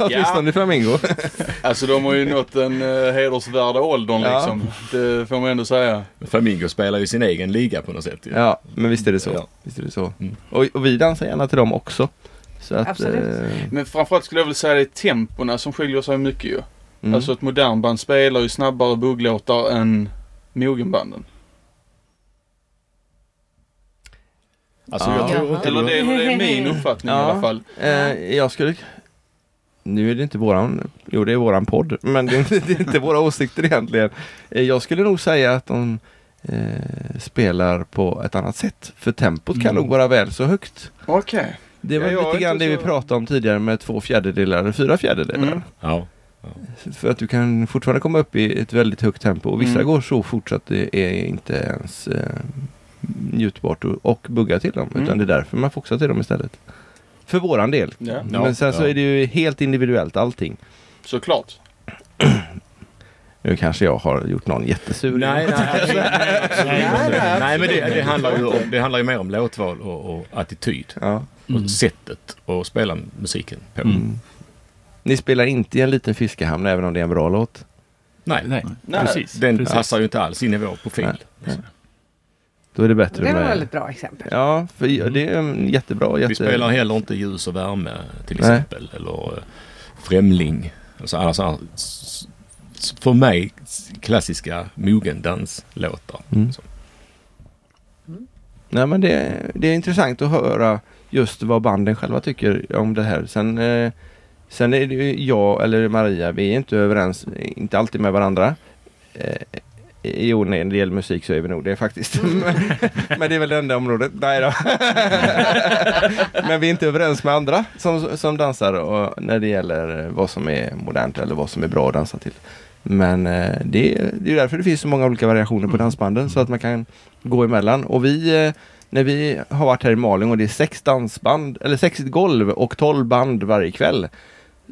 S2: Åtminstone flamingo.
S9: (laughs)
S6: alltså de har ju nått den eh, hedersvärda åldern
S2: Ja.
S6: liksom. Det får man ändå säga.
S9: Flamingo spelar ju sin egen liga på något sätt. ju.
S2: Ja, men visst är det så.
S9: Ja.
S2: Visst är det så.
S9: Mm.
S2: Och, och vi dansar gärna till dem också. Så att,
S5: Absolut.
S2: eh,
S6: Men framförallt skulle jag vilja säga det är tempona som skiljer sig mycket ju.
S2: mm.
S6: Alltså ett modernband spelar ju snabbare bugglåtar än mogenbanden. Alltså
S2: Ja.
S6: jag tror inte, eller det, det är min uppfattning i alla fall.
S2: Eh, jag skulle... Nu är det inte våran... Jo, det är våran podd, men det är inte, det är inte våra åsikter egentligen. Eh, jag skulle nog säga att de eh, spelar på ett annat sätt. För tempot
S6: Mm.
S2: kan nog vara väl så högt.
S6: Okej.
S2: Det var
S6: Ja, jag är
S2: lite grann
S6: inte
S2: det vi
S6: så-
S2: pratade om tidigare med två fjärdedelar eller fyra fjärdedelar.
S6: Mm.
S9: Ja.
S2: För att du kan fortfarande komma upp i ett väldigt högt tempo och vissa
S6: Mm.
S2: går så fort så att det är inte ens eh, njutbart och, och bugga till dem.
S6: Mm.
S2: Utan det är därför man fokuserar till dem istället. För våran del.
S6: Ja,
S9: Ja,
S2: Men sen så
S9: ja.
S2: är det ju helt individuellt allting.
S6: såklart.
S2: Nu kanske jag har gjort någon jättesur.
S9: Nej, nej,
S2: (laughs)
S9: nej, nej, absolut
S6: Nej,
S9: inte.
S6: nej,
S9: nej, men det, det, handlar ju om, det handlar ju mer om låtval och, och attityd.
S2: Ja.
S7: Mm.
S9: Och sättet att spela musiken på.
S2: Mm. Ni spelar inte i en liten fiskehamn även om det är en bra låt.
S9: Nej,
S7: Nej,
S6: Nej.
S7: precis.
S9: den
S7: precis.
S9: passar ju inte alls in i vår profil.
S2: Då är det bättre
S5: Det var
S2: med...
S5: väl ett bra exempel.
S2: Ja, för ja, det är mm, jättebra. Jätte...
S9: Vi spelar heller inte ljus och värme till
S2: Nej.
S9: exempel. Eller eh, främling. Alltså, alla sådana här, s- s- för mig s- klassiska mogendanslåtar.
S2: Mm.
S9: Så.
S2: Nej, men det, det är intressant att höra just vad banden själva tycker om det här. Sen, eh, sen är det ju jag eller Maria, vi är inte överens, inte alltid med varandra. Eh, jo, när det gäller musik så är vi nog det faktiskt.
S5: Mm.
S2: Men- men det är väl det enda området. Nej då. (laughs) men vi är inte överens med andra som, som dansar och när det gäller vad som är modernt eller vad som är bra att dansa till. Men eh, det, är- det är ju därför det finns så många olika variationer på dansbanden så att man kan gå emellan. Och vi, eh, när vi har varit här i Malung och det är sex dansband, eller sex golv och tolv band varje kväll.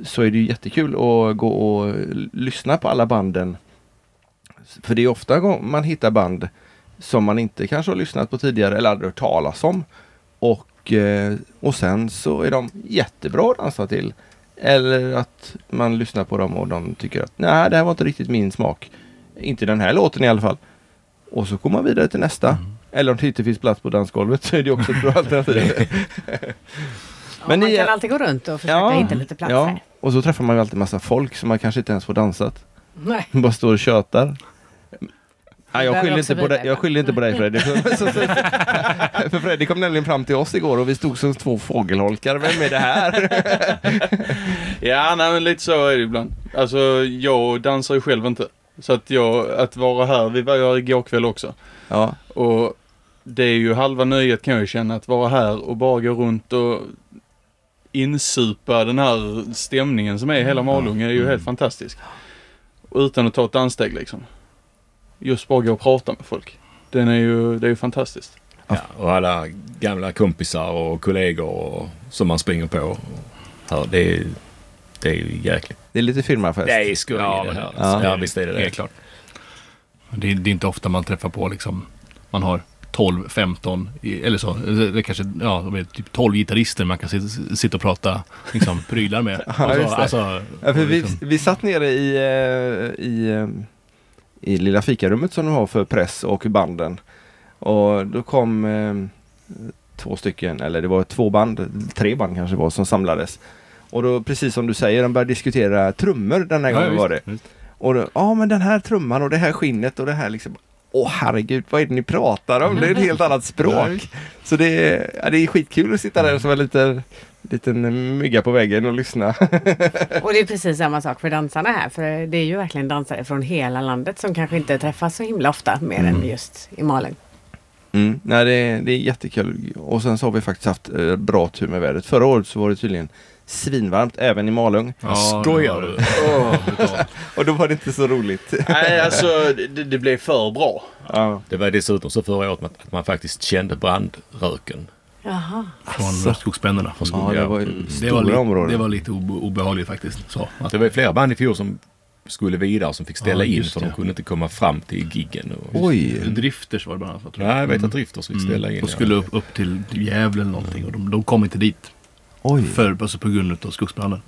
S2: Så är det ju jättekul att gå och lyssna på alla banden. För det är ofta gång- man hittar band som man inte kanske har lyssnat på tidigare eller aldrig hört talas om. Och, eh, och sen så är de jättebra att dansa till. Eller att man lyssnar på dem och de tycker att nej, det här var inte riktigt min smak. Inte den här låten i alla fall. Och så går man vidare till nästa.
S5: Mm.
S2: Eller om det inte finns plats på dansgolvet så är det också ett
S5: (laughs)
S2: bra alternativ.
S5: Men man
S2: ni-
S5: kan alltid gå runt och försöka hitta lite plats
S2: ja.
S5: här.
S2: Och så träffar man ju alltid massa folk som man kanske inte ens får dansat.
S5: Nej.
S2: (laughs) Bara står och tjötar. Nej, jag,
S5: Där är
S2: skyller
S5: också
S2: inte på
S5: vi
S2: dig, jag skyller inte på dig
S5: (laughs)
S2: Freddy. För, så- så- för Freddy kom nämligen fram till oss igår och vi stod som två fågelholkar. Vem är det här?
S6: Ja, nej, men lite så är det ibland. Alltså, jag dansar ju själv inte. Så att jag, att vara här, vi var ju här igår kväll också.
S2: Ja,
S6: Och det är ju halva nöjet kan jag ju känna, att vara här och bara gå runt och insupa den här stämningen som är i hela
S7: Mm.
S6: Malung är ju helt fantastisk. Och utan att ta ett danssteg liksom. Just bara gå och prata med folk. Den är ju, det är ju fantastiskt.
S9: Ja, och alla gamla kompisar och kollegor och, som man springer på. Och Här, det, är, det är ju jäkligt.
S2: det är lite firmafest.
S9: Det är skoj
S7: Ja,
S9: i det
S7: men-
S9: här.
S2: ja.
S9: Ja, alltså. ja visst är det det.
S7: Helt klart. Det är, det är inte ofta man träffar på liksom, man har 12, 15 i- eller så. Det det kanske, ja, de är typ 12 gitarrister man kan sit- sitta och prata
S2: (laughs)
S7: liksom, prylar med. Och så,
S2: just det.
S7: alltså,
S2: Ja, för
S7: och
S2: vi,
S7: liksom,
S2: vi satt nere i, eh, i, eh, i lilla fikarummet som de har för press och banden. Och då kom eh, två stycken, eller det var två band, tre band kanske det var, som samlades. Och då, precis som du säger, de började diskutera trummor den här
S7: ja,
S2: gången
S7: visst,
S2: var det.
S7: visst.
S2: Och då, ja men den här trumman och det här skinnet och det här liksom. Åh herregud, vad är det ni pratar om? Det är ett
S7: (laughs)
S2: helt annat språk. Så det är, ja, det är skitkul att sitta där som en liten, liten mygga på väggen och lyssna.
S5: Och det är precis samma sak för dansarna här. För det är ju verkligen dansare från hela landet som kanske inte träffas så himla ofta mer än just i Malung.
S2: Mm. Nej, det är, det är jättekul. Och sen så har vi faktiskt haft eh, bra tur med vädret. Förra året så var det tydligen svinvarmt även i Malung.
S7: ja,
S9: Skojar
S7: det var-
S9: du?
S2: (laughs) Och då var det inte så (laughs) roligt.
S6: Nej, alltså det, det blev för bra.
S2: ja.
S9: Det var dessutom så förra året att man faktiskt kände brandröken.
S5: Jaha.
S7: Från skogsbränderna. Från
S2: Alltså. ja, det var ju
S7: Mm. det
S2: stora
S7: var, lite,
S2: områden.
S7: det var lite obe- obehagligt faktiskt. Så, att,
S9: Det var ju flera band i fjol som skulle vidare som fick ställa
S7: Ja,
S9: in
S7: just
S9: för de
S7: det.
S9: kunde inte komma fram till giggen. Och...
S2: Oj!
S7: Drifters var det bland annat. tror jag.
S9: Nej, jag vet att Drifters fick ställa in.
S7: De skulle upp, upp till Gävle eller någonting och de, de kom inte dit.
S2: Oj!
S7: För, alltså, på grund av skogsbranden.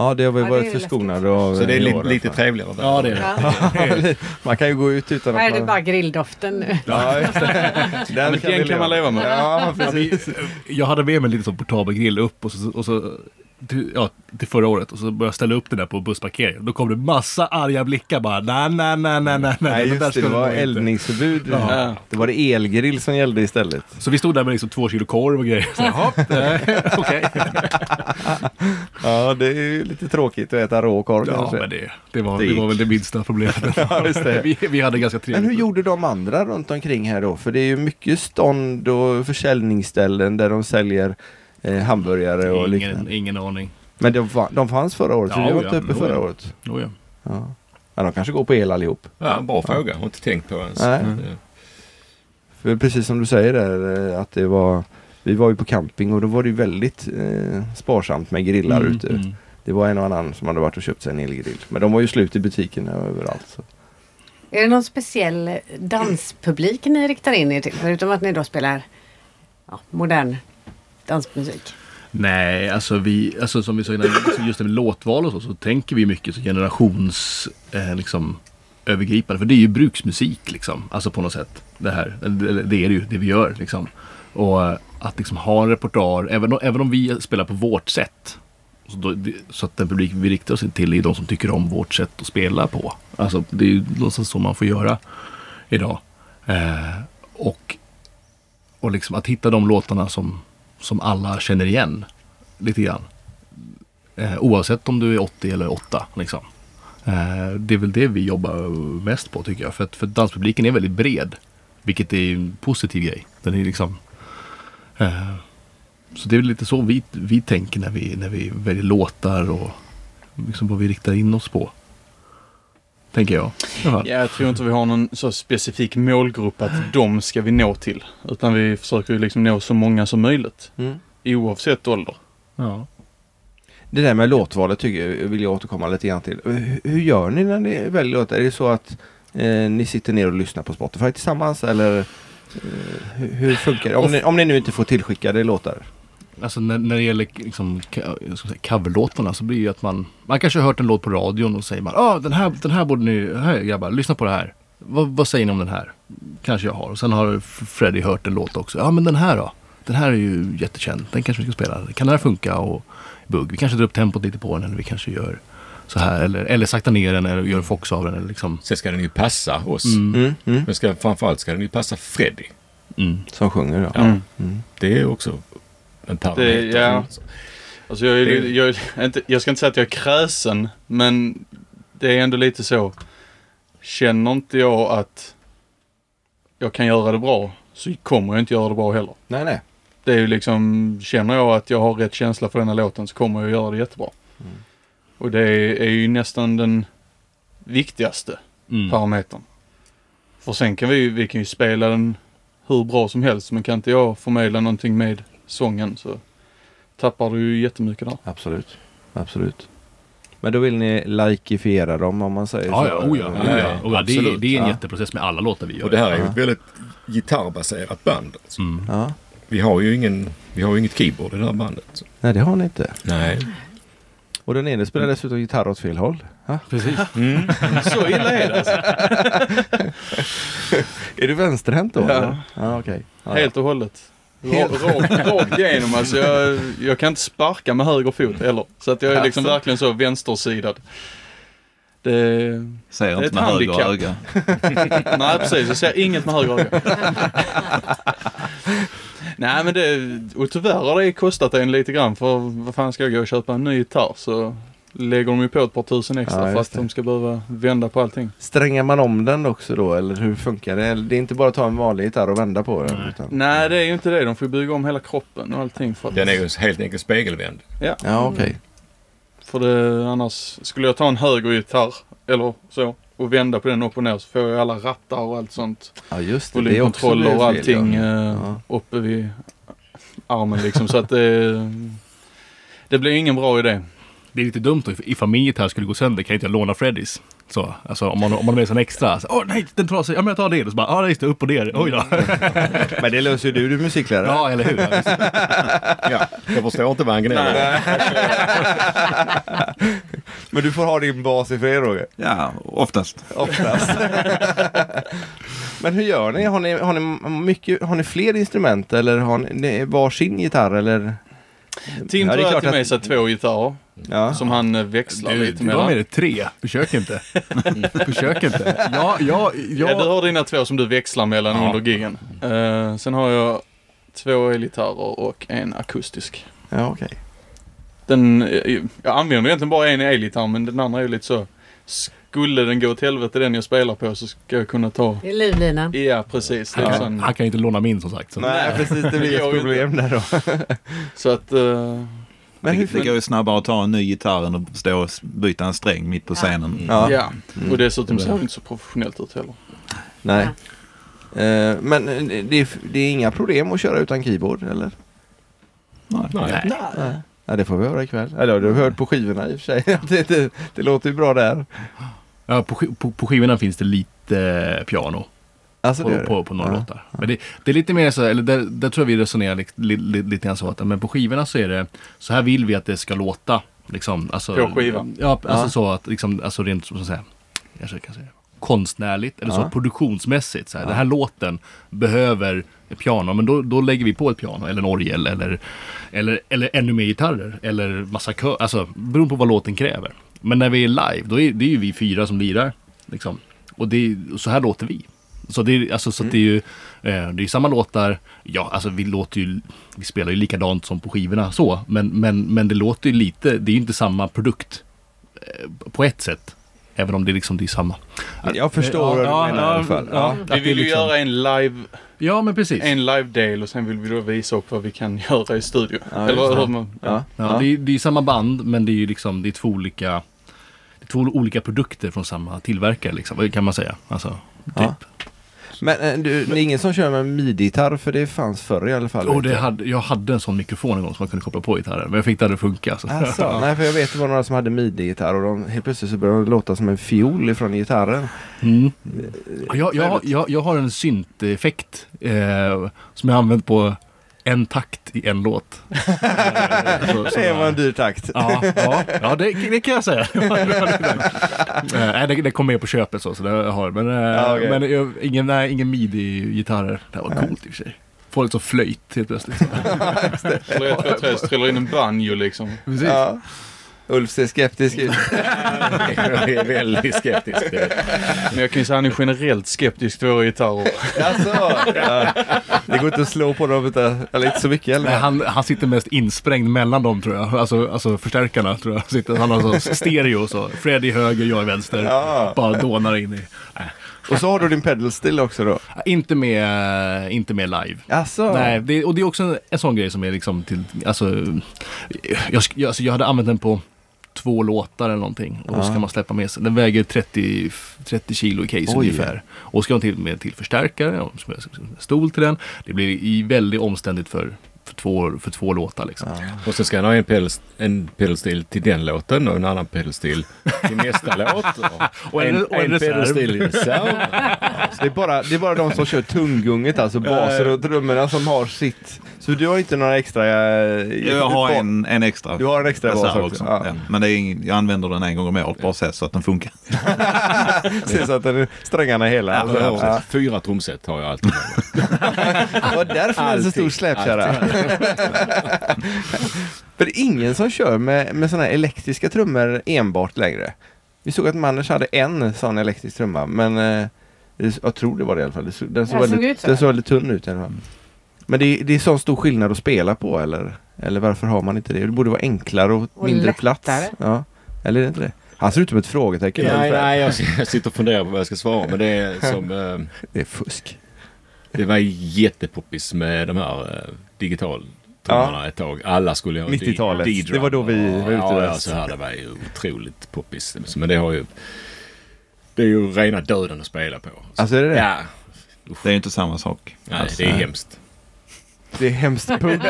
S2: Ja, det har vi
S5: Ja, det är
S2: varit
S5: läskigt.
S2: förskonade av.
S9: Så det är
S2: i
S9: lite,
S2: år,
S9: lite
S2: alltså.
S9: trevligare. väder.
S7: Ja, det är det.
S2: (laughs)
S5: Ja.
S2: Man kan ju gå ut utan
S5: Vad är det
S2: att man...
S5: bara grilldoften nu?
S2: Ja, just det. (laughs) Den
S6: men den
S2: vi
S6: kan man leva med.
S2: Ja,
S7: Ja,
S2: precis.
S7: men Jag hade med mig lite sån portabel grill upp och så, och så till, ja, till förra året och så började jag ställa upp det där på bussparkeringen. Då kom det massa arga blickar bara. Nej, nej, nej, nej, nej.
S2: Nej,
S7: där
S2: just det.
S7: ska
S2: Det
S7: du
S2: var
S7: nog inte."
S2: eldningsförbud. Det var det elgrill som gällde istället.
S7: Så vi stod där med liksom två kilo korv och grejer. Så, Jaha, eh, okej.
S2: Ja, det är ju lite tråkigt att äta råkorv
S7: Ja,
S2: kanske.
S7: men det, det, var,
S2: Det
S7: det var
S2: gick.
S7: väl det minsta problemet.
S2: Ja, just det.
S7: (laughs) vi, vi hade ganska trevligt.
S2: Men hur gjorde de andra runt omkring här då? För det är ju mycket stånd och försäljningsställen där de säljer eh, hamburgare och
S7: Ingen,
S2: liknande.
S7: ingen aning.
S2: Men de, fa- de fanns förra året, så
S7: Ja,
S2: det var
S7: ja,
S2: inte uppe
S7: jo,
S2: förra
S7: ja.
S2: året.
S7: Oh, ja.
S2: Ja. ja, de kanske går på el allihop.
S9: Ja, bra fråga. Har inte tänkt på det ens.
S2: Nej.
S9: Mm.
S2: För precis som du säger där eh, att det var vi var ju på camping och då var det ju väldigt eh, sparsamt med grillar
S7: Mm,
S2: ute.
S7: mm.
S2: Det var en och annan som hade varit och köpt sig en elgrill. Men de var ju slut i butikerna överallt. Så.
S5: (laughs) Är det någon speciell danspublik ni riktar in er till? Förutom att ni då spelar ja, modern dansmusik.
S7: Nej, alltså, vi, alltså som vi sa innan, alltså just det med låtval och så, så tänker vi mycket så generations, eh, liksom, övergripande. För det är ju bruksmusik liksom, alltså på något sätt. Det här, eller det är det ju, det vi gör liksom. Och eh, att liksom ha en repertoar, även, om- även om vi spelar på vårt sätt. Så, då, det- så att den publik vi riktar oss till är de som tycker om vårt sätt att spela på. Alltså det är ju någonstans så man får göra idag. Eh, och och liksom att hitta de låtarna som, som alla känner igen. Lite grann. Eh, oavsett om du är 80 eller 8. Liksom. Eh, det är väl det vi jobbar mest på tycker jag. För, att, för danspubliken är väldigt bred. Vilket är en positiv grej. Den är liksom, eh, så det är väl lite så vi, vi tänker när vi, när vi väljer låtar och liksom vad vi riktar in oss på. Tänker jag. i alla fall.
S6: Ja, Jag tror inte vi har någon så specifik målgrupp att de ska vi nå till. Utan vi försöker ju liksom nå så många som möjligt. Oavsett ålder.
S7: Ja.
S2: Det där med låtvalet tycker jag, vill jag återkomma lite grann till. Hur, hur gör ni när ni väljer låtar? Är det så att eh, ni sitter ner och lyssnar på Spotify tillsammans eller eh, hur, hur funkar det? Om ni, om ni nu inte får tillskickade låtar.
S7: Alltså när, när det gäller liksom, ka- jag ska säga, coverlåtarna så blir det ju att man... Man kanske har hört en låt på radion och säger man ah, den, här, den här borde ni... Här grabbar, lyssna på det här. Vad, vad säger ni om den här? Kanske jag har. Och sen har F- Freddy hört en låt också. Ja ah, men den här då? Den här är ju jättekänd. Den kanske vi ska spela. Kan den här funka? Och bugg. Vi kanske drar upp tempot lite på den eller vi kanske gör så här. Eller, eller sakta ner den eller gör fox av den. Eller liksom.
S9: Sen ska den ju passa oss.
S7: Mm.
S2: Mm,
S9: Men ska, framförallt ska den ju passa Freddy.
S2: Som sjunger då?
S6: Mm.
S9: Det är också en
S6: Det,
S9: parameter.
S6: ja. Alltså jag, är,
S9: Det-
S6: jag, är, inte, jag ska inte säga att jag är kräsen, men det är ändå lite så. Känner inte jag att jag kan göra det bra så kommer jag inte göra det bra heller.
S2: Nej, nej.
S6: Det är ju liksom, känner jag att jag har rätt känsla för den här låten så kommer jag göra det jättebra.
S2: Mm.
S6: Och det är, är ju nästan den viktigaste
S7: Mm.
S6: parametern. För sen kan vi, ju- vi kan ju spela den hur bra som helst men kan inte jag förmedla någonting med sången så tappar du ju jättemycket där.
S2: Absolut. Absolut. Men då vill ni likeifiera dem om man säger
S7: Ja,
S2: så?
S7: ja, oh ja. Oh ja. Oh ja. Det, är-
S9: Absolut,
S7: det är en
S2: ja.
S7: jätteprocess med alla låtar vi gör.
S9: Och det här är ju ett väldigt gitarrbaserat band. Alltså.
S7: Mm.
S2: ja.
S9: Vi, har ju ingen, vi har ju inget keyboard i det här bandet.
S2: Nej, det har ni inte.
S9: Nej.
S2: Och den ene spelar dessutom gitarr åt fel håll. Ha?
S7: Precis. (laughs)
S6: Så illa är det alltså.
S2: (laughs) Är du vänsterhänt då?
S6: Ja.
S2: eller? ja okej. Ja,
S6: Helt och hållet. Ra-
S2: Helt-
S6: Rakt rakt igenom alltså. Jag, jag kan inte sparka med höger fot heller. Så att jag är liksom
S2: Alltså.
S6: verkligen så vänstersidad. Det,
S8: Säger
S6: Det är
S8: inte
S6: ett
S8: med höger
S6: handikapp.
S8: öga.
S6: nej precis, jag ser inget med höger
S2: (laughs)
S6: öga. Nej men det, och tyvärr har det kostat en lite grann för vad fan ska jag gå och köpa en ny gitarr så lägger de ju på ett par tusen
S2: Ja,
S6: extra för
S2: just
S6: att
S2: det.
S6: de ska behöva vända på allting.
S2: Strängar man om den också då eller hur funkar det? Eller Det är inte bara att ta en vanlig gitarr och vända på den. Utan...
S6: Nej det är ju inte det, de får ju bygga om hela kroppen och allting för att
S9: Den är ju helt enkelt spegelvänd.
S2: Ja okej.
S6: För det, annars skulle jag ta en höger gitarr eller så och vända på den upp och ner så får jag alla rattar och allt sånt.
S2: Ja just det. det är också
S6: Volymkontroller och
S2: blir fel,
S6: allting
S2: ja.
S6: eh, uppe vid armen liksom. så att det, det blir ingen bra idé.
S7: Det är lite dumt då, if- ifall min gitarr skulle gå sönder kan jag inte jag låna Freddys. Så, alltså om man, om man har med sig en extra. Så, Åh nej, den tar sig. Ja men jag tar det. Och så bara, ja ah, just det, upp och ner. Oj då.
S2: (laughs) Men det löser ju du, du är musiklärare.
S7: Ja, eller hur. Ja, visst.
S9: Ja, jag förstår inte vad han gnäller om.
S2: (laughs) Men du får ha din bas i fred Roger.
S8: Ja, oftast.
S2: Oftast. (laughs) Men hur gör ni? Har ni, har ni, mycket, har ni fler instrument eller har ni det är varsin gitarr eller?
S6: Tim
S2: Ja,
S6: tror
S2: det är
S6: jag
S2: klart
S6: till
S2: att-
S6: mig sig två gitarrer
S2: Ja.
S6: som han eh, växlar
S7: Du,
S6: lite
S7: du har med
S6: mellan. Mm.
S7: dig tre. Försök inte. Försök inte. Ja,
S6: Ja,
S7: ja,
S6: du
S7: ja.
S6: har dina två som du växlar mellan
S7: Ja.
S6: under giggen. Eh, sen har jag två elgitarrer och en akustisk.
S2: Ja, okej.
S6: Den, eh, jag använder egentligen bara en elgitarr men den andra är ju lite så. Skulle den gå åt helvete den jag spelar på så ska jag kunna ta.
S5: Det är livlinan.
S6: Ja precis. Det är
S7: Han, kan-
S6: sån-
S7: han kan ju inte låna min som sagt. Så.
S2: Nej, precis.
S6: (laughs)
S2: Det blir
S6: går
S2: ett
S6: ju
S2: problem där då.
S6: Så att... eh,
S2: Men hur
S8: Det
S2: fick...
S8: går ju snabbare att ta en ny gitarr än att stå och byta en sträng mitt på scenen. Mm.
S6: ja.
S7: Mm.
S2: Ja,
S6: Och dessutom
S2: Mm.
S6: ser det inte så typ- professionellt ut heller.
S2: nej. Eh, men eh, det är, det är inga problem att köra utan keyboard, eller?
S8: Nej.
S7: Nej.
S2: Nej. Ja, det får vi höra ikväll. Eller ja, du har hört på skivorna i och för sig. (laughs) det, det, det låter ju bra där.
S7: Ja, på, sk- på, på skivorna finns det lite piano.
S2: Alltså, det
S7: på,
S2: gör
S7: på,
S2: det.
S7: på några
S2: Ja.
S7: låtar. Men det, det är lite mer så, eller där, där tror jag vi resonerar li, li, li, lite grann så att men på skivorna så är det, så här vill vi att det ska låta. Liksom, alltså,
S6: På skivan?
S7: Ja, alltså
S2: Ja.
S7: så att liksom, alltså rent så att säga, kanske kan säga, konstnärligt eller
S2: Ja.
S7: så produktionsmässigt. Så här, Den här låten behöver ett piano, men då, då lägger vi på ett piano eller en orgel eller, eller, eller ännu mer gitarrer eller massa kör, alltså beroende på vad låten kräver. Men när vi är live, då är det är ju vi fyra som lirar. Liksom. Och det, är- och så här låter vi. Så det är, alltså, så att det är ju
S2: Mm.
S7: eh, det är samma låtar. Ja, alltså vi låter ju, vi spelar ju likadant som på skivorna så. Men, men, men det låter ju lite, det är ju inte samma produkt eh, på ett sätt. Även om det liksom det är samma.
S2: Jag förstår vad du
S7: ja,
S2: menar i alla fall. Ja.
S7: Ja, att det
S6: Vi
S7: är
S6: vill ju
S7: liksom-
S6: göra en live,
S7: Ja, men precis.
S6: en live-del och sen vill vi då visa upp vad vi kan (laughs) göra i studio.
S2: Ja,
S6: Eller
S2: just det.
S6: hur man...
S2: Ja.
S7: Ja, Det, är, det är samma band men det är ju liksom det är två olika det är två olika produkter från samma tillverkare liksom, kan man säga. Alltså, typ.
S2: Ja. Men eh, du, det är ingen som kör med midi-gitarr för det fanns förr i alla fall.
S7: Och
S2: vet
S7: det
S2: jag.
S7: hade, jag hade en sån mikrofon en gång som man kunde koppla på gitarren men jag fick det aldrig att funka. Så.
S2: Alltså, nej, för jag vet det var några som hade midi-gitarr och de, helt plötsligt så började de låta som en fiol ifrån gitarren. Eh,
S7: Mm. Jag, jag, jag, jag har en synteffekt eh, som jag har använt på en takt i en
S2: (laughs)
S7: låt. Eh, så- så-
S2: Det var en dyr takt.
S7: Ja, ja, ja det, det kan jag
S2: (laughs)
S7: säga. Eh, Nej, det, det kom med på köpet så, så det har jag. Men, eh,
S2: Ja, okej.
S7: men jag, ingen, nej, ingen midi-gitarrer. Det var coolt i och för sig. Får lite så flöjt helt
S2: (laughs)
S7: plötsligt.
S6: (laughs) Eller ett, två, tre, så trillar in en banjo liksom.
S7: Precis.
S2: Ja. Ulf ser skeptisk (laughs) ut.
S9: Jag är väldigt skeptisk.
S6: Men jag kan ju säga han är generellt skeptisk till våra gitarrer.
S2: Alltså, ja. Det går inte att slå på dem utan, eller inte så mycket
S7: Nej,
S2: eller?
S7: han, han sitter mest insprängd mellan dem tror jag. Alltså, alltså förstärkarna tror jag. Sitter, han har så stereo så. Fred i höger, jag i vänster.
S2: Ja.
S7: Bara dånar in i.
S2: Och så har du din pedalstil också då?
S7: Inte med, inte med live.
S2: Alltså,
S7: Nej, det, och det är också en, en sån grej som är liksom till, alltså, jag, sk- jag, alltså, jag hade använt den på två låtar eller någonting och då ska man släppa med sig, den väger 30, 30 kilo i case ungefär. Och ska man till med till förstärkare, och som- som- som- stol till den. Det blir i väldigt omständigt för, för, två, för två låtar liksom.
S9: Och sen ska han ha en, pedals, en pedalstil till den låten och en annan pedalstil till nästa låt.
S7: (laughs) Och en- och en reserv.
S9: pedalstil i
S7: (laughs)
S9: reserv.
S2: det, är bara, det är bara de som kör tunggunget, alltså baser och trummorna som har sitt. Så du har inte några extra... eh,
S8: Jag har
S2: ba-
S8: en, en extra.
S2: Du har en extra bas
S8: reserv
S2: också.
S8: också.
S2: Ja.
S8: Ja. Men det är ingen, jag använder den en gång om året bara så att den
S2: (laughs)
S8: funkar.
S2: Ser så att den, strängarna är hela.
S9: Alltså, jag
S2: Alltså,
S9: har Fyra trumset har jag alltid.
S2: Det var därför han hade så stor
S9: Alltid,
S2: släpkärra. För det är ingen som kör med, med sådana här elektriska trummor enbart längre. Vi såg att Manners hade en sån elektrisk trumma, men eh, det- jag tror det var det i alla fall. Det såg- Den såg,
S5: Det såg
S2: väldigt,
S5: ut så.
S2: den såg väldigt tunn ut i alla fall. Men det, det är sån stor skillnad att spela på eller? Eller varför har man inte det? Det borde vara enklare och,
S5: Och
S2: mindre plats.
S5: lättare.
S2: Ja. Eller är det inte det? Han ser ut som ett frågetecken.
S9: Nej,
S2: ungefär.
S9: nej, jag, (laughs) jag sitter och funderar på vad jag ska svara. Men det är (laughs) som... Eh,
S2: Det är fusk.
S9: det var jättepoppis med de här eh, digital trummorna ett tag. Alla skulle ha
S2: 90-talet.
S9: D- D-drum.
S2: Det var då vi var ute
S9: Ja, ja,
S2: mest.
S9: så här, det var ju otroligt poppis. Men det har ju... Det är ju rena döden att spela på.
S2: Alltså är det det?
S9: Ja,
S8: Det är ju inte samma sak.
S9: nej,
S8: Alltså,
S9: det är hemskt.
S2: Det
S5: (laughs)
S2: är
S9: (laughs)
S2: hemskt (laughs) punkt.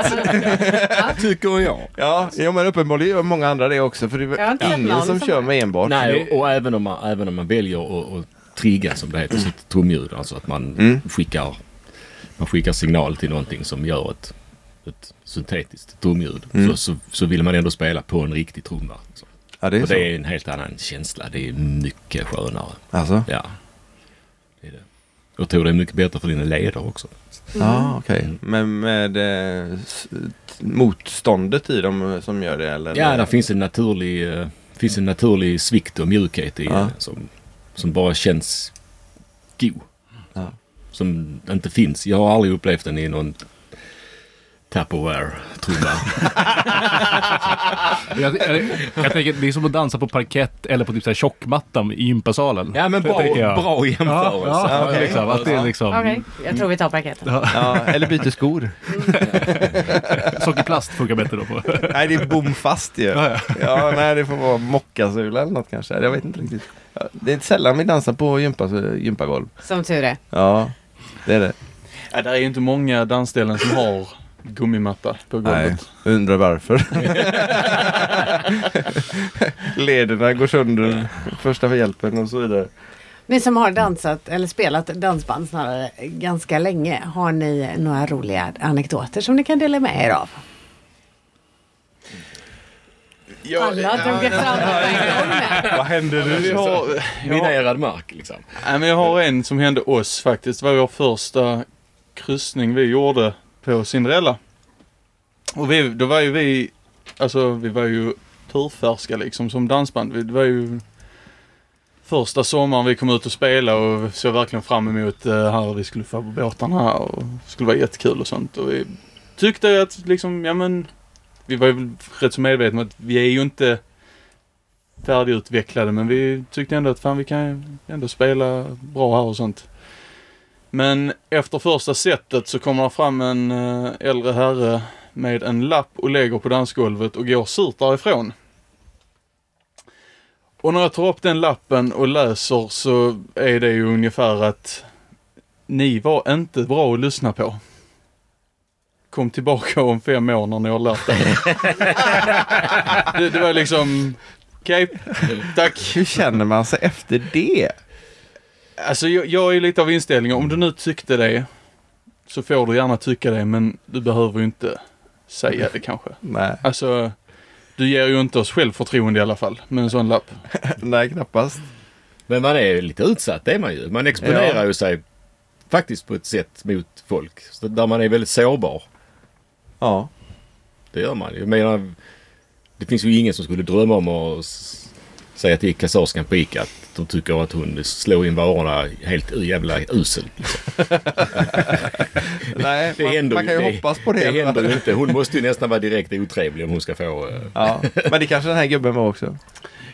S2: (laughs)
S9: Tycker jag.
S2: Ja, ja men uppenbarligen gör många andra det också för det
S5: Jag har
S2: är
S5: inte sett
S2: ingen
S5: någon
S2: som
S5: som
S2: kör
S5: har-
S2: med enbart.
S9: Nej, och, och även, om man, även om man väljer att att trigga som det heter, sitt trumljud. Alltså att man,
S2: Mm.
S9: skickar, man skickar signal till någonting som gör ett, ett syntetiskt trumljud. Så, så, så vill man ändå spela på en riktig trumma. Så.
S2: Mm. Ja, det är
S9: och
S2: så.
S9: det är en helt annan känsla. Det är mycket skönare.
S2: Alltså,
S9: Ja. Det är det. Jag tror det är mycket bättre för dina leder också.
S5: Mm.
S2: Ja, Mm. Ah, okej. Men med eh, s- t- motståndet i dem eh, som gör det? Eller?
S9: Ja, där finns en naturlig, eh, finns en naturlig svikt och mjukhet i
S2: Ja.
S9: den som, som bara känns god.
S2: Ja.
S9: Som inte finns. Jag har aldrig upplevt den i någon Tupperware-trumma.
S7: Jag, jag, jag tänker, det är som att dansa på parkett eller på typ så här tjockmattan i gympasalen.
S9: ja, men bra,
S7: tänker jag.
S9: bra
S7: Ja,
S9: jämförelse.
S7: ja,
S2: okej.
S7: liksom, att det är liksom
S5: Okej, jag tror vi tar paketen.
S2: Ja, eller byter skor.
S7: sockerplast funkar bättre då. På.
S2: nej, det är bomfast ju. (laughs) Ja, nej, det får vara mockasula eller något kanske. Jag vet inte riktigt. Ja, Det är sällan vi dansar på gympa- eh, gympagolv.
S5: Som tur är.
S2: Ja, det är det.
S6: Ja, där är ju inte många dansställen som har gummimatta på golvet. (laughs)
S2: undrar varför. Lederna går sönder, första hjälpen och så vidare.
S5: (laughs) Ni som har dansat, eller spelat dansband snarare, ganska länge. Har ni några roliga anekdoter som ni kan dela med er av?
S6: Ja,
S5: Alla drog det fram på en gång där.
S2: Vad händer
S6: Vi har, jag, har,
S9: Minerad mark liksom.
S6: nej, men jag har en som hände oss faktiskt. Det var vår första kryssning vi gjorde på Cinderella. Och vi, då var ju vi, alltså vi var ju turfärska liksom som dansband. Vi, det var ju första sommaren vi kom ut och spelade och såg verkligen fram emot eh, här vi skulle få på båtarna och det skulle vara jättekul och sånt. Och vi tyckte ju att liksom, ja men, vi var ju väl rätt så medvetna om att vi är ju inte färdigutvecklade men vi tyckte ändå att fan vi kan ju ändå spela bra här och sånt. Men efter första setet så kommer det fram en eh, äldre herre med en lapp och lägger på dansgolvet och går surt därifrån. Och när jag tar upp den lappen och läser så är det ju ungefär att ni var inte bra att lyssna på. Kom tillbaka om fem år när ni har lärt er.
S2: (laughs)
S6: det, det var liksom, okej, tack.
S2: Hur känner man sig efter det?
S6: Alltså jag, jag är lite av inställningen, om du nu tyckte det så får du gärna tycka det men du behöver ju inte säga det kanske.
S2: Nej,
S6: Alltså, du ger ju inte oss självförtroende i alla fall med en sån
S9: (laughs)
S6: lapp.
S2: nej knappast.
S9: Men man är ju lite utsatt, det är man ju. Man exponerar ju sig faktiskt på ett sätt mot folk. Så där man är väldigt sårbar.
S2: Ja.
S9: Det gör man. Jag menar, det finns ju ingen som skulle drömma om att s- säga till kassörskan på Ica att de tycker att hon slår in varorna helt jävla uselt.
S2: (laughs) Nej,
S9: Det
S2: man,
S9: händer
S2: man kan ju
S9: det,
S2: hoppas på det.
S9: Det händer ju inte. Hon måste ju nästan vara direkt otrevlig om hon ska få... eh,
S2: Ja. Men det kanske den här gubben var också.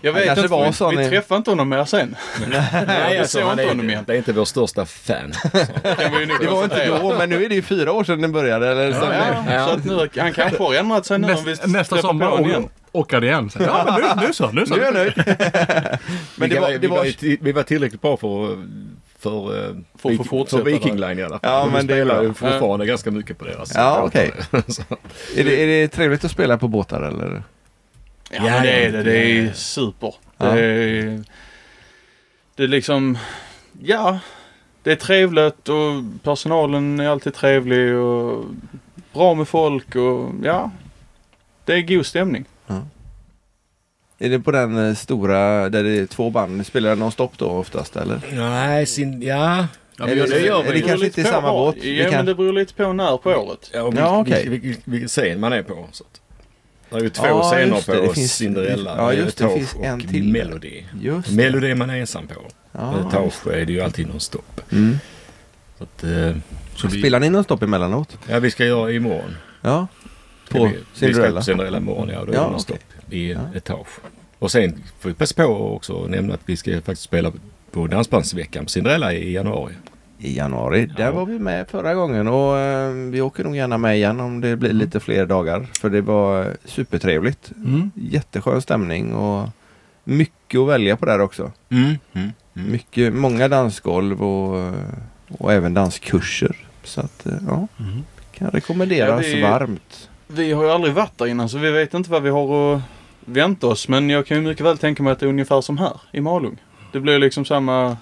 S6: Jag
S2: Han
S6: vet
S2: kanske
S6: inte,
S2: var
S6: vi,
S2: sån i-
S6: vi
S9: (laughs)
S6: träffar inte honom mer sen.
S9: Nej,
S6: alltså,
S9: han
S6: inte
S9: är,
S6: honom igen.
S9: det är inte vår största fan.
S6: Kan vi ju nu
S2: Det var inte
S6: konstatera.
S2: då, men nu är det ju fyra år sedan den började. Eller så.
S6: Ja, så att nu, han kanske har ändrat sig nu om vi
S7: Näst,
S6: träffar
S7: nästa
S6: på
S7: sommar
S6: honom igen.
S7: å- åker det igen. Så, här, ja, men nu, nu så, nu så.
S2: Nu är jag nöjd. Men det var,
S9: vi,
S2: det var,
S9: ju ti- vi var tillräckligt bra för, för, eh,
S6: få
S9: Vik-
S6: fortsätta
S9: för Viking
S6: där.
S9: Line i alla fall.
S2: Ja,
S9: De
S2: men det är
S9: spelar
S2: bra.
S9: ju fortfarande ganska mycket på deras.
S2: Ja, okej.
S9: Så-
S2: är, det, är det trevligt att spela på båtar eller?
S6: Ja, men det är det. Det är super.
S2: Ja.
S6: Det, är, det är liksom, ja, det är trevligt och personalen är alltid trevlig och bra med folk och ja, det är god stämning.
S2: Är det på den eh, stora, där det är två band, spelar den nonstop då oftast eller?
S9: Nej, sin, ja.
S7: Ja,
S2: Är
S7: men gör
S2: det,
S7: det.
S9: gör
S2: är
S9: vi.
S2: det
S6: beror lite
S2: kanske inte är
S6: på
S2: samma
S6: var.
S2: båt?
S6: Ja,
S2: Det kan-
S6: men det beror lite på när på året.
S9: ja, och
S2: Ja,
S9: vil-
S2: okej.
S9: vil- vil- Vilken scen man är på. Så att. Det är ju två
S2: Ja,
S9: scener
S2: just det, det
S9: på
S2: finns-
S9: Cinderella,
S2: ja, just det, det
S9: Tausch
S2: finns en
S9: och
S2: till.
S9: Melody.
S2: Just det.
S9: Melody är man ensam på.
S2: Ja.
S9: Ah, Tausch är det ju alltid nonstop.
S2: Mm.
S9: Så att, eh,
S7: Så vi-
S2: Spelar ni nonstop emellanåt?
S9: ja, vi ska göra imorgon.
S2: Ja.
S9: Ska
S2: På
S9: vi, Vi ska
S2: Cinderella?
S9: på Cinderella imorgon, ja. Då är
S2: Ja,
S9: det nonstop i etage. Och sen får vi passa på också att nämna att vi ska faktiskt spela på Dansbandsveckan på Cinderella i januari.
S2: I januari. Där
S9: Ja.
S2: var vi med förra gången och eh, vi åker nog gärna med igen om det blir lite fler dagar. För det var supertrevligt.
S7: Mm.
S2: Jätteskön stämning och mycket att välja på där också. Mycket, många dansgolv och, och även danskurser. Så att, eh, ja, kan rekommenderas
S6: Ja, vi-
S2: varmt.
S6: Vi har ju aldrig varit där innan så vi vet inte vad vi har att vänta oss. Men jag kan ju mycket väl tänka mig att det är ungefär som här i Malung. Det blir liksom samma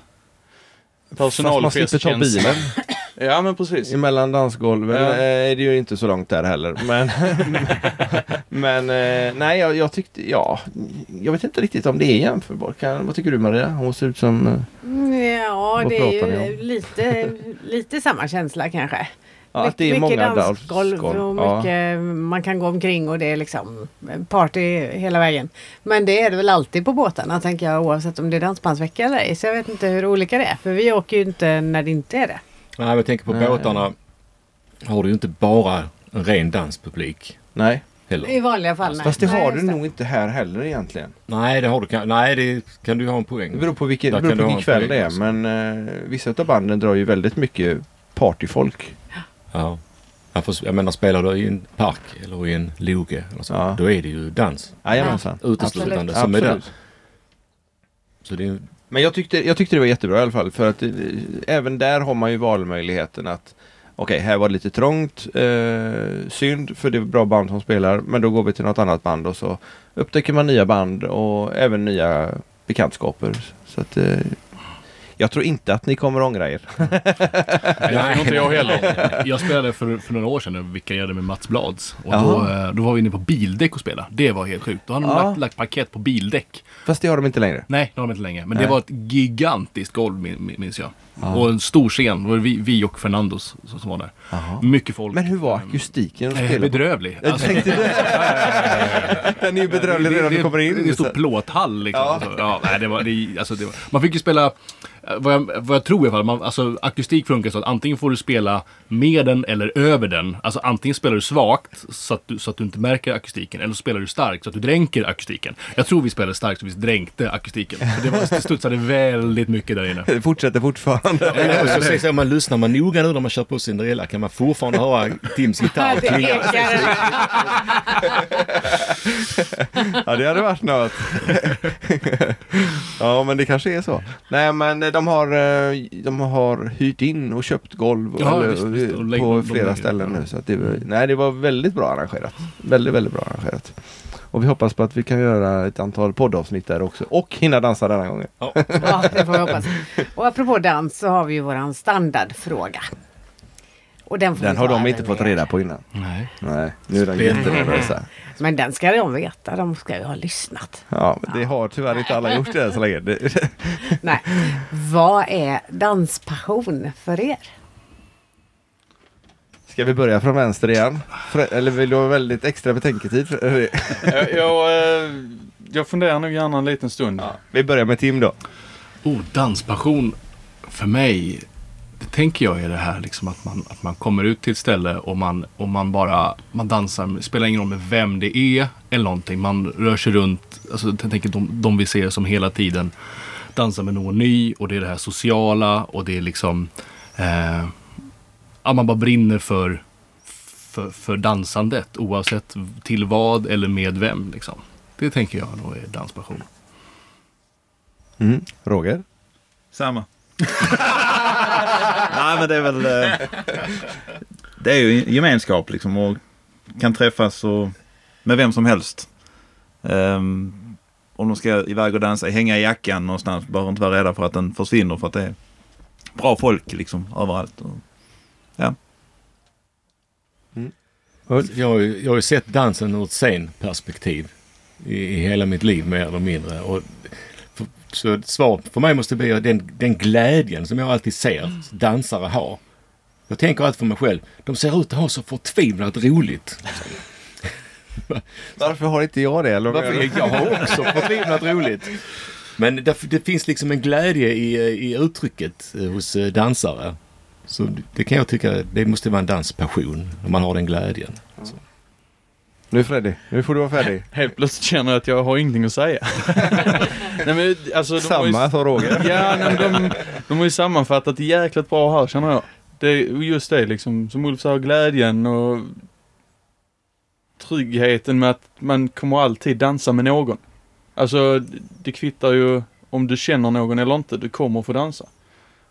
S2: Fast man slipper ta
S6: personalfestkänsla.
S2: bilen.
S6: (laughs) Ja men precis.
S2: Mellan dansgolven
S6: Ja.
S2: eh, är det ju inte så långt där heller.
S6: (laughs)
S2: Men, men eh, nej, jag, jag tyckte, ja, jag vet inte riktigt om det är jämförbart. Kan, vad tycker du Maria? Hon ser ut som... eh,
S5: Mm, Ja,
S2: Vad
S5: det är
S2: pratar ni
S5: ju lite, lite samma känsla kanske.
S2: Ja, att det
S5: mycket
S2: är många
S5: dansgolv
S2: dansgolv.
S5: och
S2: Ja.
S5: mycket man kan gå omkring och det är liksom party hela vägen. Men det är det väl alltid på båtarna tänker jag oavsett om det är dansbandsvecka eller ej. Så jag vet inte hur olika det är. För vi åker ju inte när det inte är det.
S9: Nej, men jag tänker på
S2: Nej.
S9: båtarna. Har du ju inte bara en ren danspublik
S2: Nej,
S5: I
S9: heller.
S5: vanliga fall nej.
S2: fast det
S5: Nej,
S2: har du
S5: just
S2: nog inte här heller egentligen.
S9: Nej, det har du kan, Nej, det kan du ha en
S2: Det
S9: poäng.
S2: beror på vilken,
S9: Där
S2: det beror
S9: kan
S2: på
S9: du ha
S2: vilken
S9: en
S2: kväll
S9: poäng
S2: det är.
S9: också.
S2: Men eh, vissa av banden drar ju väldigt mycket partyfolk.
S9: Ja. Jag, får, jag menar, spelar du i en park eller i en loge eller så,
S2: Ja.
S9: då är det ju dans
S2: Jajamensan.
S9: uteslutande som är där.
S2: Absolut.
S9: Så det är,
S2: Men jag tyckte, jag tyckte det var jättebra i alla fall för att eh, även där har man ju valmöjligheten att okej, här var det lite trångt, eh, synd för det är bra band som spelar men då går vi till något annat band och så upptäcker man nya band och även nya bekantskaper. Så att, eh, jag tror inte att ni kommer ångra er.
S6: Det tror inte jag heller.
S7: Jag spelade för, för några år sedan, vilka jag hade med Mats Blads. Och då,
S2: Jaha.
S7: eh, då var vi inne på bildäck och spelade. Det var helt sjukt. Då hade de
S2: Ja.
S7: lagt, lagt paket på bildäck.
S2: Fast det har de inte längre.
S7: Nej, det har de inte längre. Men
S2: Nej.
S7: det var ett gigantiskt golv min- min- minns jag. Och en stor scen. Det var vi, vi och Fernandos som, som var där. Mycket folk.
S2: Men hur var akustiken att
S7: Eh,
S2: spela på?
S7: Bedrövlig.
S2: Jag
S7: Alltså, (laughs)
S2: tänkte det. Den är ju bedrövlig redan när du kommer in.
S7: Det är en stor plåthall liksom. Ja. Ja, nej, det var, det, alltså, det var, man fick ju spela, eh, vad jag, vad jag tror i alla fall, man, alltså, akustik funkar så att antingen får du spela med den eller över den. Alltså antingen spelar du svagt så att du, så att du inte märker akustiken eller så spelar du starkt så att du dränker akustiken. Jag tror vi spelade starkt så vi dränkte akustiken. För det, var, det studsade väldigt mycket där inne.
S2: Det fortsätter fortfarande.
S9: jag ska säga så, om man lyssnar man noga nu när man kör på Cinderella kan man fortfarande höra Tims gitarr
S5: Det
S9: klinga.
S5: ekar.
S7: (laughs)
S2: Ja det hade varit något. (laughs) ja men det kanske är så. Nej men eh, de har, eh, de har hyrt in och köpt golv och-
S7: Ja,
S2: eller,
S7: visst, visst, och lägger-
S2: på
S7: de
S2: flera
S7: lägger-
S2: ställen
S7: ja.
S2: nu. Så att det, var- nej det var väldigt bra arrangerat. Väldigt väldigt bra arrangerat. Och vi hoppas på att vi kan göra ett antal poddavsnitt där också och hinna dansa denna gången. (laughs)
S5: Ja, det får vi hoppas. Och apropå dans så har vi ju våran standardfråga. Och den får
S2: Den
S5: vi
S2: har
S5: ta
S2: de
S5: även
S2: inte fått
S5: med.
S2: reda på innan.
S7: Nej.
S2: Nej, nu är den jättenervösa.
S5: Men den ska de veta. De ska ju ha lyssnat.
S2: Ja, men det har tyvärr inte alla gjort det än så länge. Det,
S5: Nej. Vad är danspassion för er?
S2: ska vi börja från vänster igen? Fre- eller vill du ha väldigt extra betänketid? eh,
S6: (laughs)
S2: för det?
S6: Jag, jag, eh, jag funderar nog gärna en liten stund.
S2: Vi börjar med Tim då.
S7: Oh, danspassion för mig, det tänker jag är det här liksom att man, att man kommer ut till ett ställe och man, och man bara man dansar, med- spelar ingen roll med vem det är eller någonting. Man rör sig runt, alltså jag tänker de, de vi ser som hela tiden dansar med någon ny och det är det här sociala och det är liksom eh, ja, man bara brinner för, för, för dansandet oavsett till vad eller med vem liksom. Det tänker jag nog är danspassion.
S2: Mm. Roger?
S8: Samma. (laughs) Nej, men det är väl... eh,
S3: (laughs)
S8: Det är ju gemenskap liksom och kan träffas och, med vem som helst. Ehm, om de ska iväg och dansa, hänga i jackan någonstans, behöver inte vara rädda för att den försvinner för att det är bra folk liksom överallt. Och,
S9: Jag, har ju- jag har ju sett dansen ur ett scenperspektiv i, i hela mitt liv mer eller mindre. Och för, så ett svar för mig måste bli att den, den glädjen som jag alltid ser dansare ha. Jag tänker alltid för mig själv, de ser ut att ha så förtvivlat roligt.
S2: (laughs) Varför har inte jag det? Eller?
S9: Varför är jag också förtvivlat roligt? Men det, det finns liksom en glädje i, i uttrycket eh, hos eh, dansare. Så det kan jag tycka, det måste vara en danspassion, när man har den glädjen.
S2: Mm. Nu Freddy, nu får du vara färdig.
S6: (laughs) Helt plötsligt känner jag att jag har ingenting att
S2: (laughs)
S6: säga. nej, men, alltså, de har ju-
S2: Samma sa Roger.
S6: Ja, nej, men de, de har ju sammanfattat det jäkligt bra här känner jag. Det är just det liksom, som Ulf sa, glädjen och tryggheten med att man kommer alltid dansa med någon. Alltså, det kvittar ju om du känner någon eller inte, du kommer få dansa.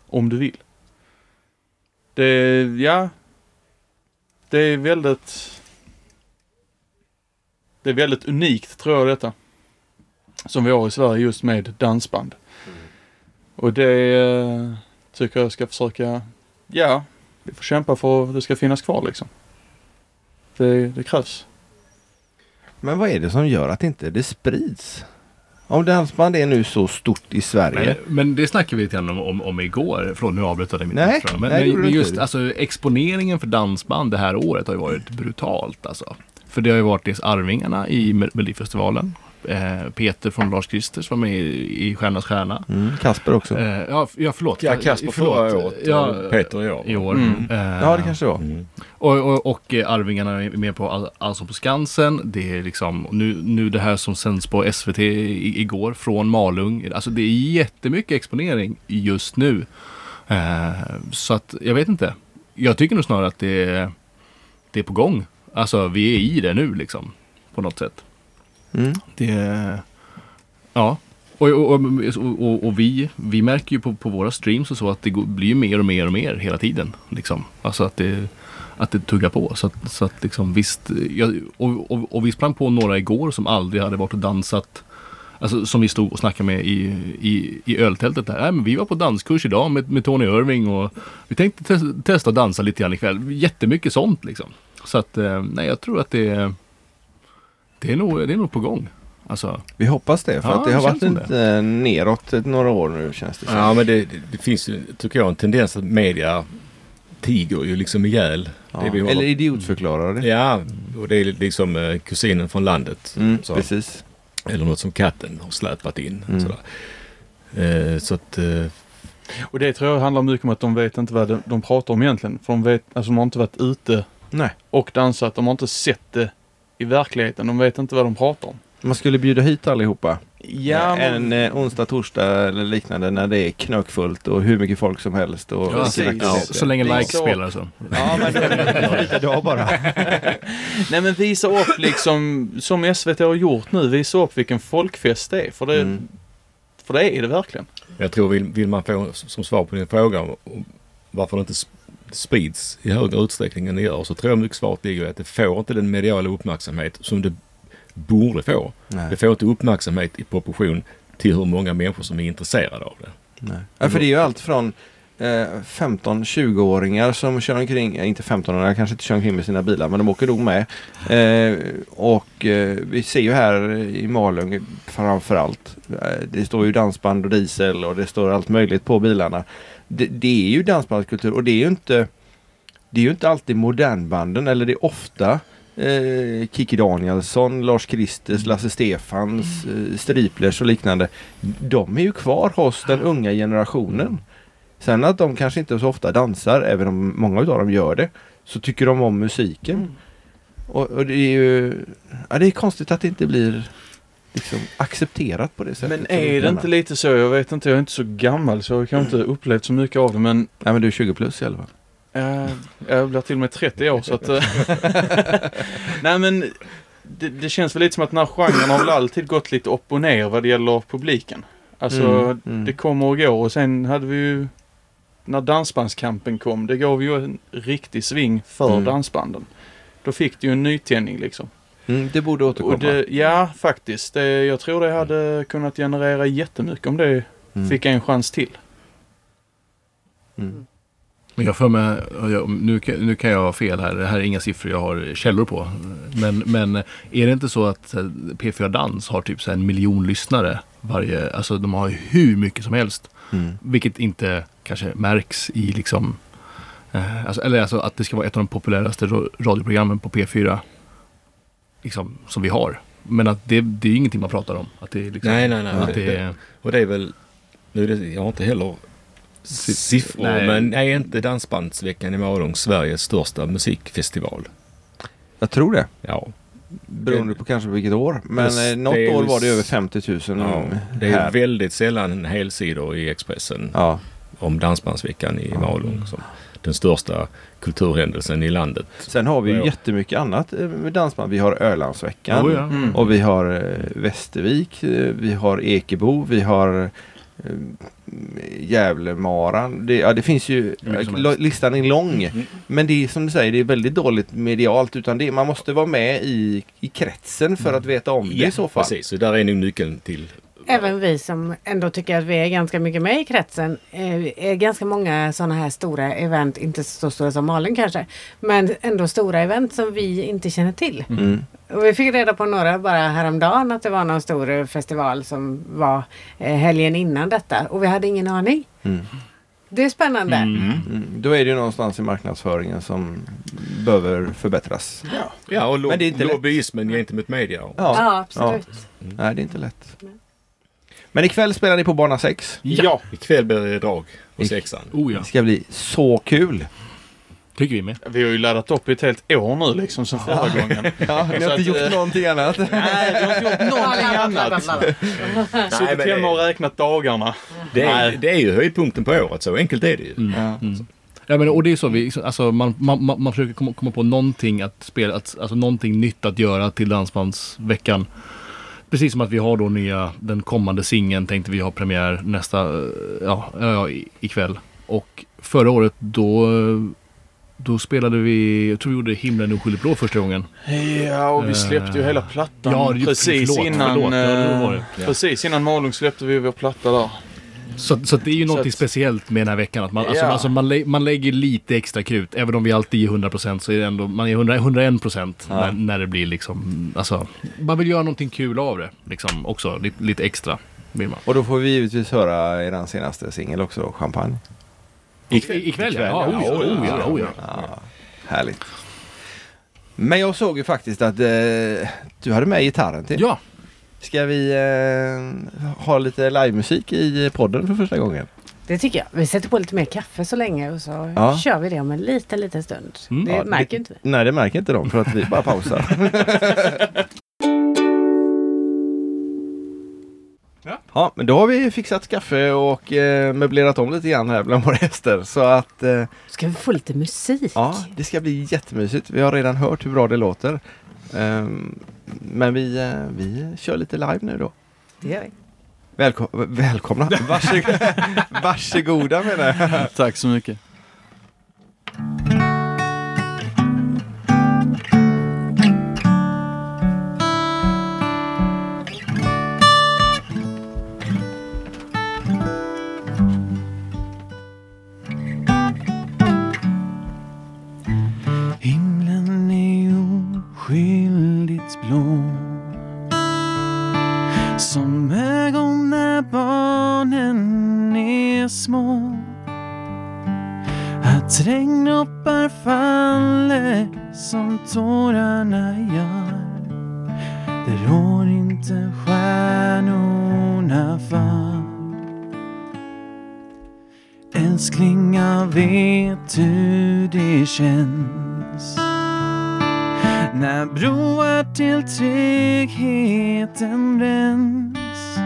S6: Om du vill. Det, ja. Det är väldigt... Det är väldigt unikt tror jag detta. Som vi har i Sverige just med dansband.
S2: Mm.
S6: Och det eh, tycker jag ska försöka, ja, vi får kämpa för att det ska finnas kvar liksom. Det, det krävs.
S2: Men vad är det som gör att inte det sprids? Om dansband är nu så stort i Sverige.
S7: Men, men det snackade vi lite grann om, om, om igår. Förlåt, nu avbröt jag dig mitt
S2: Nej,
S7: anförande. men,
S2: nej, det
S7: men,
S2: gjorde
S7: men
S2: du
S7: just
S2: inte.
S7: alltså, exponeringen för dansband det här året har ju varit brutalt. Alltså. För det har ju varit dels Arvingarna i Mel- Melodifestivalen. Eh, Peter från Lars Kristers var med i, i Stjärnas stjärna.
S2: Mm, Kasper också.
S7: Eh, ja, f- ja, förlåt.
S9: Ja, Kasper förra året
S7: Ja,
S9: och Peter och jag.
S7: i år. Eh,
S2: Ja, det kanske det var.
S7: och, och, och eh, Arvingarna är med på All- Allsång på Skansen. Det är liksom nu, nu det här som sänds på SVT i, igår från Malung. Alltså det är jättemycket exponering just nu. Eh, så att jag vet inte. Jag tycker nog snarare att det är, det är på gång. Alltså vi är i det nu liksom. På något sätt.
S2: Mm.
S7: Det, ja. Och, och, och, och, och vi, vi märker ju på, på våra streams och så att det går, blir ju mer och mer och mer hela tiden. Liksom. Alltså att det, att det tuggar på. Så att, så att liksom visst, jag, och, och, och vi sprang på några igår som aldrig hade varit och dansat. Alltså som vi stod och snackade med i, i, i öltältet där. Nej, men vi var på danskurs idag med, med Tony Irving och vi tänkte tes, testa att dansa lite grann ikväll. Jättemycket sånt liksom. Så att eh, nej, jag tror att det, det, är, nog, det är nog på gång. Alltså,
S2: Vi hoppas det, för
S7: Ja,
S2: att det
S7: det
S2: har
S7: känns
S2: varit
S7: som
S2: lite Alltså, eh, neråt ett- några år nu känns det som.
S9: Ja, men det, det finns ju, tycker jag, en tendens att media tiger ju liksom ihjäl.
S2: Ja.
S9: Det vi håller-
S2: Eller idiotförklara det.
S9: Ja, och det är liksom eh, kusinen från landet.
S2: Mm,
S9: så.
S2: precis.
S9: Eller något som katten har släpat in.
S2: Mm.
S9: Sådär. Eh, så att, eh,
S6: Och det tror jag handlar mycket om att de vet inte vad de, de pratar om egentligen. För de, vet, alltså, de har inte varit ute
S2: Nej,
S6: och dansat. De har inte sett det i verkligheten. De vet inte vad de pratar om.
S2: man skulle bjuda hit allihopa.
S6: Ja, men-
S2: En eh, onsdag, torsdag eller liknande när det är knökfullt och hur mycket folk som helst. Och
S7: Ja,
S6: precis.
S2: vilken
S7: så,
S2: aktivitet.
S7: så länge
S6: Det är
S7: likes
S6: så.
S7: spelar så.
S6: Ja, men
S2: idag bara.
S6: (laughs) Nej men visa upp liksom, som SVT har gjort nu, visa upp vilken folkfest det är. För det,
S2: Mm.
S6: för det är det verkligen.
S9: jag tror vill, vill man få, som svar på din fråga om, om varför det inte sp- sprids i högre utsträckning än det gör, så tror jag mycket svaret ligger i att det får inte den mediala uppmärksamhet som det borde få. Det
S2: Nej,
S9: får inte uppmärksamhet i proportion till hur många människor som är intresserade av det.
S2: nej. Ja, för det är ju allt från eh, 15-20-åringar som kör omkring, eh, inte 15-åringar kanske inte kör omkring med sina bilar men de åker nog med. Eh, och eh, vi ser ju här i Malung framförallt, eh, det står ju dansband och diesel och det står allt möjligt på bilarna. Det, det är ju dansbandskultur och det är ju inte det är ju inte alltid modernbanden eller det är ofta eh, Kikki Danielsson, Lars Kristers, Lasse Stefans, eh, Striplers och liknande. De är ju kvar hos den unga generationen. Sen att de kanske inte så ofta dansar, även om många av dem gör det, så tycker de om musiken. Och, och det är ju ja, det är konstigt att det inte blir liksom, accepterat på det sättet.
S6: Men
S2: som
S6: är det
S2: gärna-
S6: inte lite så? Jag vet inte, jag är inte så gammal så jag kan inte upplevt så mycket av det men
S2: Nej men du är 20 plus i alla fall.
S6: eh, jag blir till och med 30 år så att... eh,
S2: (laughs)
S6: Nej men det, det känns väl lite som att den här genren har väl alltid gått lite upp och ner vad det gäller publiken. Alltså
S2: Mm, mm.
S6: det kommer och går och sen hade vi ju när dansbandskampen kom, det gav ju en riktig sving för
S2: Mm.
S6: dansbanden. Då fick det ju en nytändning liksom.
S2: Mm, det borde återkomma.
S6: Och det, ja, faktiskt. Det, jag tror det hade kunnat generera jättemycket om det
S2: Mm.
S6: fick en chans till.
S2: Mm.
S7: Men jag för mig, jag, nu, kan- nu kan jag ha fel här, det här är inga siffror jag har källor på. Men, men är det inte så att eh, P4 Dans har typ så här en miljon lyssnare varje, alltså de har ju hur mycket som helst.
S2: Mm.
S7: Vilket inte kanske märks i liksom, eh, alltså, eller alltså att det ska vara ett av de populäraste ra- radioprogrammen på P4 liksom, som vi har. Men att det, det är ju ingenting man pratar om. Att det är liksom,
S9: Nej, nej, nej.
S7: Att det är,
S9: Och det är väl, nu är det, jag har inte heller
S7: Si-
S9: siffror,
S7: nej.
S9: men är inte Dansbandsveckan i Malung Sveriges största musikfestival?
S2: Jag tror det.
S9: Ja,
S2: Beroende på kanske på vilket år. Men
S9: Just
S2: eh, något
S9: det är
S2: år
S9: ju
S2: var det
S9: s-
S2: över 50 000
S9: ja. det är
S2: här.
S9: väldigt sällan helsidor i Expressen
S2: Ja.
S9: om Dansbandsveckan i Malung som den största kulturhändelsen i landet.
S2: Sen har vi ju
S9: Ja.
S2: jättemycket annat eh, med dansband. Vi har Ölandsveckan.
S7: oh, ja.
S6: Mm.
S2: Och vi har eh, Västervik. eh, Vi har Ekebo. Vi har eh, Gävlemaran. Det, ja, det finns ju... eh,
S7: Hur mycket som
S2: lo-
S7: helst. Mm.
S2: Listan är lång. Men det är som du säger, det är väldigt dåligt medialt. Utan det, man måste vara med i, i kretsen
S7: Mm.
S2: för att veta om det i så fall.
S9: precis. Så där är nog nyckeln till
S5: Även vi som ändå tycker att vi är ganska mycket med i kretsen. eh, är ganska många sådana här stora event, inte så stora som Malin kanske. Men ändå stora event som vi inte känner till.
S2: Mm.
S5: Och vi fick reda på några bara häromdagen att det var någon stor eh, festival som var eh, helgen innan detta och vi hade ingen aning.
S2: Mm.
S5: Det är spännande.
S2: Mm. Då är det ju någonstans i marknadsföringen som behöver förbättras.
S9: Ja, och
S2: Men
S9: lo-
S2: det är inte lätt.
S9: lobbyismen gentemot media.
S5: Ja, absolut.
S9: Mm.
S2: Nej, det är inte lätt. Men ikväll spelar ni på bana 6.
S10: Ja.
S9: Ikväll blir det drag på sexan.
S7: Oh
S2: Det
S7: ja,
S2: ska bli så kul.
S7: tycker vi med.
S10: Vi har ju laddat upp i ett helt år nu liksom sen förra gången.
S2: (laughs) Ja, ni har
S10: Så att,
S2: inte
S10: eh,
S2: gjort
S6: (laughs)
S2: någonting annat.
S10: Nej, vi har (laughs) inte gjort någonting annat.
S5: annat.
S9: Nej,
S10: Suttit
S9: men det-
S10: hemma och räknat dagarna.
S9: Det är, det är ju höjdpunkten på året, så enkelt är det ju.
S7: Mm. Ja, men, och det är så vi, alltså, man, man, man, man försöker komma, komma på någonting att spela, att, alltså någonting nytt att göra till Dansbandsveckan. Precis som att vi har då nya, den kommande singeln tänkte vi ha premiär nästa, eh, ja, ja, ja i- ikväll. Och förra året då, eh, då spelade vi, jag tror vi gjorde Himlen oskyldigt blå första gången.
S10: Ja, och vi släppte ju
S7: Eh,
S10: hela plattan
S7: ja, det-
S10: precis
S7: förlåt,
S10: innan...
S7: förlåt. Ja, det var det.
S10: eh,
S7: Ja.
S10: Precis innan Malung släppte vi vår platta där.
S7: (laughs) Så, så att det är ju något
S10: att-
S7: speciellt med den här veckan. Att man, alltså,
S10: Ja.
S7: alltså man, lä- man lägger lite extra krut. Även om vi alltid ger 100% så är det ändå, man är 100, 101% när, när det blir liksom, alltså, man vill göra någonting kul av det. Liksom också, lite, lite extra vill man.
S2: Och då får vi givetvis höra er senaste singel också, Champagne.
S7: I- Ikväll ja, ja, oh, ja, oh, ja, oh, ja.
S2: Ja, härligt. Men jag såg ju faktiskt att eh, du hade med gitarren till.
S7: Ja,
S2: Ska vi eh, ha lite livemusik i podden för första gången?
S5: Det tycker jag. Vi sätter på lite mer kaffe så länge och så
S2: Ja.
S5: kör vi det om en liten, liten stund.
S7: Mm.
S5: Det
S2: Ja,
S5: märker ju inte vi.
S2: Nej, det märker inte de för att vi bara pausar. Ja, men då har vi fixat kaffe och eh, möblerat om lite grann här bland våra gäster. Så att eh,
S5: Ska vi få lite musik?
S2: ja, det ska bli jättemysigt. Vi har redan hört hur bra det låter. Ehm, men vi, eh, vi kör lite live nu då.
S5: Det gör vi.
S2: Välko välkomna! Varsågoda, Varsågoda menar jag.
S10: Tack så mycket. Himlen är oskyldigt blå Som ögon när barnen är små Att regndroppar faller som tårarna gör Det rår inte stjärnorna för Älskling, jag vet hur det känns när broar till tryggheten bränns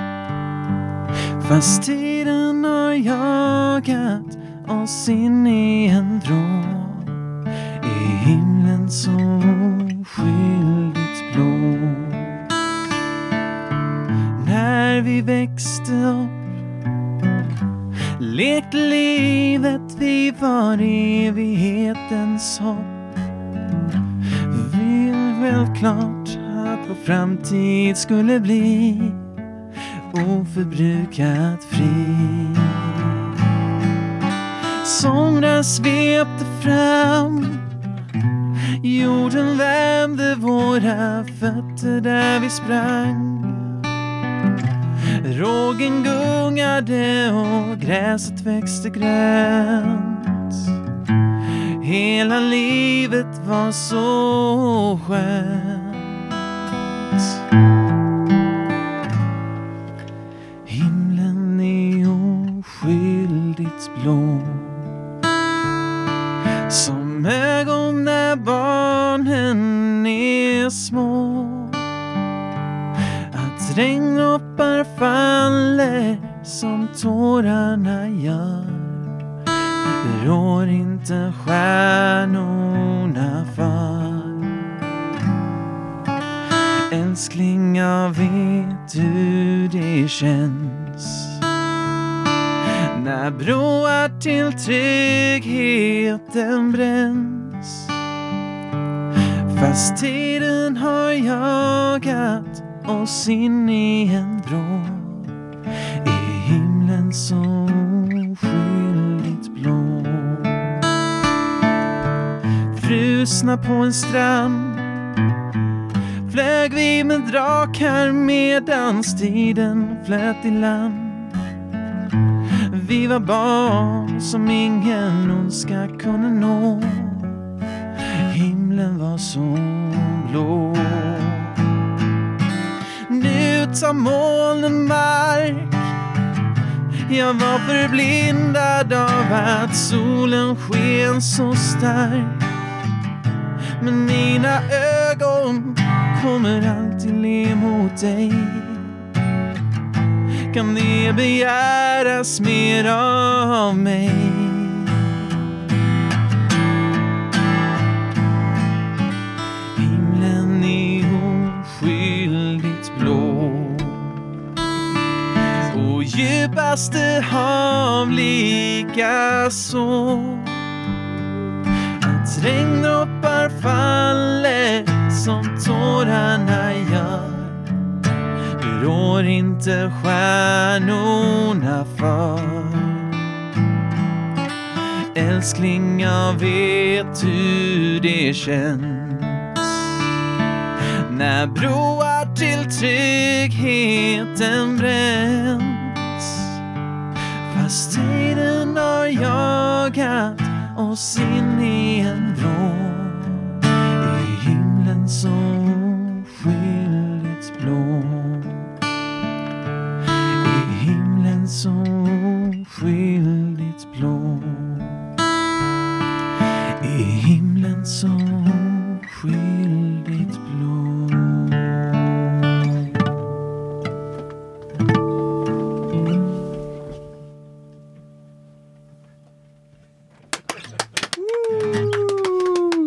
S10: Fast tiden har jagat oss in i en vrå Är himlen så oskyldigt blå När vi växte upp Lekt livet vi var evighetens hopp Vill väl klart att vår framtid skulle bli oförbrukat fri Somrar svepte fram Jorden värmde våra fötter där vi sprang Rågen gungade och gräset växte grönt Hela livet var så skönt Himlen är oskyldigt blå Som ögon när barnen är små att regndroppar faller som tårarna gör Det rår inte stjärnorna för Älskling, jag vet hur det känns när broar till tryggheten bränns Fast tiden har jagat oss in i en vrå Är himlen så oskyldigt blå Frusna på en strand flög vi med drakar medans tiden flöt i land. Vi var barn som ingen ondska kunde nå. Himlen var så blå. Nu tar molnen mark. Jag var förblindad av att solen sken så stark. Men mina ögon kommer alltid le mot dig. Kan det begäras mer av mig? Himlen är oskyldigt blå och djupaste hav likaså. Att regndroppar faller som tårarna gör berår inte stjärnorna för. Älskling, jag vet hur det känns när broar till tryggheten bränns. Fast tiden har jagat oss in i en vrå. I himlen så oskyldigt blå. I himlen så oskyldigt blå. I himlen så oskyldigt blå.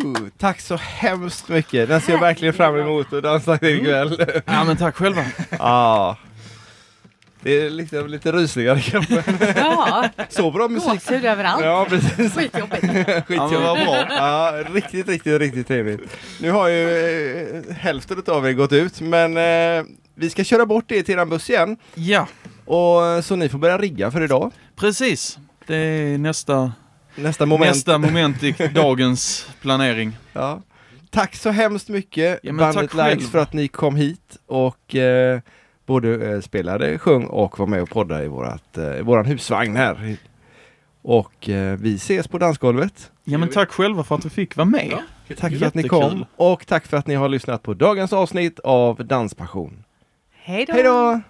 S2: Ooh, Tack så hemskt mycket. Den ser jag verkligen fram emot att dansa till ikväll.
S6: Mm. Ja, men tack själva.
S2: Ja. Det är lite, lite rysligare kanske.
S5: Ja,
S2: (laughs) Så bra musik.
S5: gåshud överallt.
S2: Ja, precis.
S5: Skitjobbigt.
S2: Skitjobb. Ja, bra. Ja, riktigt, riktigt, riktigt trevligt. Nu har ju eh, hälften av er gått ut, men eh, vi ska köra bort det till eran buss igen.
S6: Ja,
S2: Och, eh, så ni får börja rigga för idag.
S6: precis. Det är nästa
S2: Nästa moment.
S6: nästa moment i dagens planering.
S2: Ja. Tack så hemskt mycket
S6: Ja, men
S2: Bandet
S6: tack själv.
S2: Likes för att ni kom hit och eh, både eh, spelade, sjöng och var med och poddade i vårat, eh, i våran husvagn här. Och eh, vi ses på dansgolvet.
S6: Ja, men tack själva för att vi fick vara med.
S2: Tack för att ni
S6: Jättekul.
S2: kom och tack för att ni har lyssnat på dagens avsnitt av Danspassion.
S5: Hej då.
S2: Hej då!